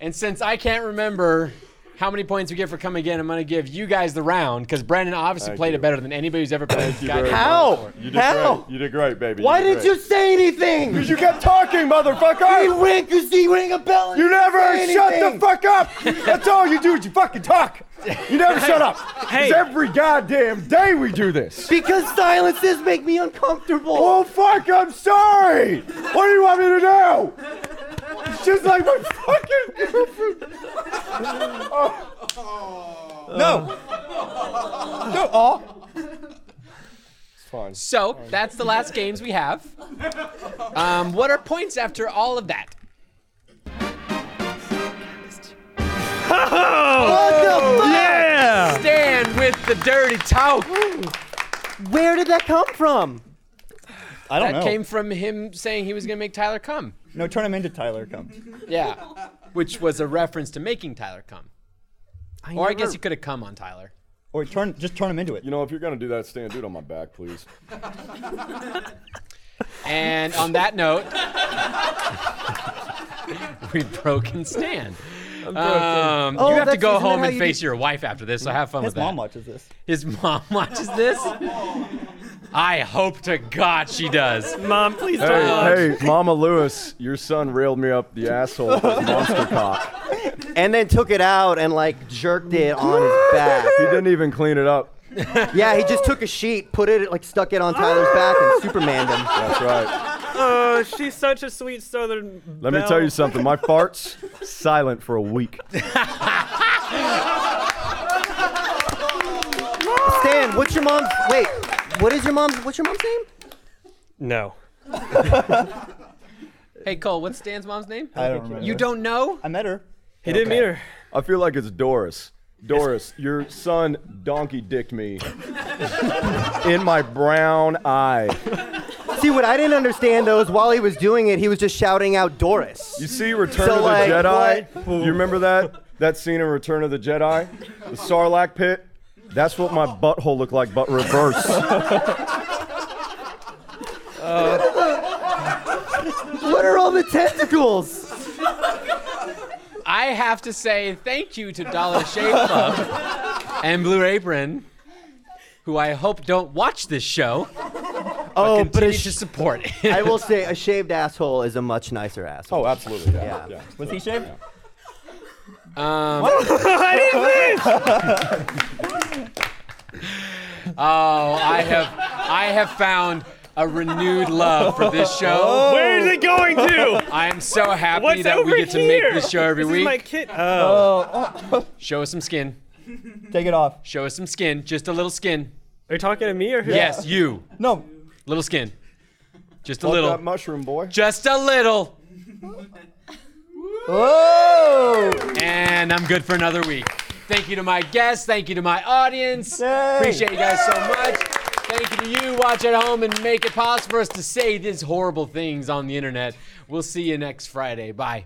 [SPEAKER 1] And since I can't remember how many points we get for coming in. I'm going to give you guys the round because Brendan obviously
[SPEAKER 5] Thank
[SPEAKER 1] played
[SPEAKER 5] you.
[SPEAKER 1] it better than anybody who's ever played.
[SPEAKER 5] you
[SPEAKER 1] Goddamn
[SPEAKER 5] very
[SPEAKER 1] round
[SPEAKER 2] much.
[SPEAKER 1] before.
[SPEAKER 5] You did
[SPEAKER 2] How?
[SPEAKER 5] great. You did great, baby.
[SPEAKER 2] Why
[SPEAKER 5] did
[SPEAKER 2] didn't you say anything?
[SPEAKER 5] Because you kept talking, motherfucker.
[SPEAKER 2] rang, you see, ring a bell.
[SPEAKER 5] You never shut the fuck up. That's all you do is you fucking talk. You never shut up.
[SPEAKER 4] Hey.
[SPEAKER 5] It's every goddamn day we do this.
[SPEAKER 6] Because silences make me uncomfortable.
[SPEAKER 5] Oh fuck! I'm sorry. What do you want me to do? It's just like my fucking girlfriend. Oh.
[SPEAKER 2] No. No, all.
[SPEAKER 1] So that's the last games we have. Um, what are points after all of that?
[SPEAKER 4] Yeah.
[SPEAKER 1] Stand with the dirty talk.
[SPEAKER 6] Where did that come from?
[SPEAKER 2] I don't
[SPEAKER 1] That
[SPEAKER 2] know.
[SPEAKER 1] came from him saying he was going to make Tyler come.
[SPEAKER 2] No, turn him into Tyler. Come.
[SPEAKER 1] Yeah, which was a reference to making Tyler come. or I guess you could have come on Tyler.
[SPEAKER 2] Or turn, just turn him into it.
[SPEAKER 5] You know, if you're gonna do that, stand dude on my back, please.
[SPEAKER 1] And on that note, we've broken Stan. Um,
[SPEAKER 6] Oh,
[SPEAKER 1] you have to
[SPEAKER 6] that's-
[SPEAKER 1] go
[SPEAKER 6] isn't that
[SPEAKER 1] home
[SPEAKER 6] how
[SPEAKER 1] and
[SPEAKER 6] you
[SPEAKER 1] face
[SPEAKER 6] do-
[SPEAKER 1] your wife after this, so have fun
[SPEAKER 2] His
[SPEAKER 1] with that.
[SPEAKER 2] mom watches this.
[SPEAKER 1] His mom watches this. I hope to God she does.
[SPEAKER 4] Mom, please don't. laugh.
[SPEAKER 5] Hey, hey, Mama Lewis, your son railed me up the asshole with his monster cock.
[SPEAKER 6] And then took it out and like jerked it on his back.
[SPEAKER 5] He didn't even clean it up.
[SPEAKER 6] Yeah, he just took a sheet, put it like stuck it on Tyler's back, and Supermaned him.
[SPEAKER 5] That's right.
[SPEAKER 4] Oh, she's such a sweet Southern.
[SPEAKER 5] Let me
[SPEAKER 4] belle.
[SPEAKER 5] tell you something. My farts silent for a week.
[SPEAKER 6] Stan, what's your mom's? Wait, what is your mom's? What's your mom's name?
[SPEAKER 4] No.
[SPEAKER 1] Hey Cole, what's Stan's mom's name?
[SPEAKER 2] I don't remember.
[SPEAKER 1] You don't know?
[SPEAKER 2] I met her.
[SPEAKER 4] He didn't meet her.
[SPEAKER 5] I feel like it's Doris. Doris, your son donkey dicked me in my brown eye.
[SPEAKER 6] See, what I didn't understand though is while he was doing it, he was just shouting out Doris.
[SPEAKER 5] You see Return
[SPEAKER 6] So,
[SPEAKER 5] of the
[SPEAKER 6] like,
[SPEAKER 5] Jedi? You remember that? That scene in Return of the Jedi? The Sarlacc pit? That's what my butthole looked like, but reverse.
[SPEAKER 6] What are all the tentacles?
[SPEAKER 1] I have to say thank you to Dollar Shave Club and Blue Apron, who I hope don't watch this show.
[SPEAKER 6] Oh, but
[SPEAKER 1] Continue
[SPEAKER 6] a
[SPEAKER 1] to
[SPEAKER 6] sh-
[SPEAKER 1] support it.
[SPEAKER 6] I will say a shaved asshole is a much nicer asshole.
[SPEAKER 5] Oh, absolutely. Yeah. yeah.
[SPEAKER 2] Was he shaved?
[SPEAKER 1] Oh, I have I have found a renewed love for
[SPEAKER 4] Oh.
[SPEAKER 1] this show.
[SPEAKER 4] Where is it going to?
[SPEAKER 1] I am so happy
[SPEAKER 4] What's
[SPEAKER 1] that we
[SPEAKER 4] over
[SPEAKER 1] get to
[SPEAKER 4] here?
[SPEAKER 1] make this show every
[SPEAKER 4] this
[SPEAKER 1] week.
[SPEAKER 4] Is my kid. Oh.
[SPEAKER 1] Show us some skin.
[SPEAKER 2] Take it off.
[SPEAKER 1] Show us some skin. Just a little skin.
[SPEAKER 4] Are you talking to me or who?
[SPEAKER 1] Yes, you.
[SPEAKER 2] No.
[SPEAKER 1] Little skin. Just a
[SPEAKER 5] Fuck
[SPEAKER 1] little.
[SPEAKER 5] that mushroom boy.
[SPEAKER 1] Just a little.
[SPEAKER 2] Oh.
[SPEAKER 1] And I'm good for another week. Thank you to my guests. Thank you to my audience.
[SPEAKER 2] Yay.
[SPEAKER 1] Appreciate you guys so much. Thank you to you, watch at home, and make it possible for us to say these horrible things on the internet. We'll see you next Friday. Bye.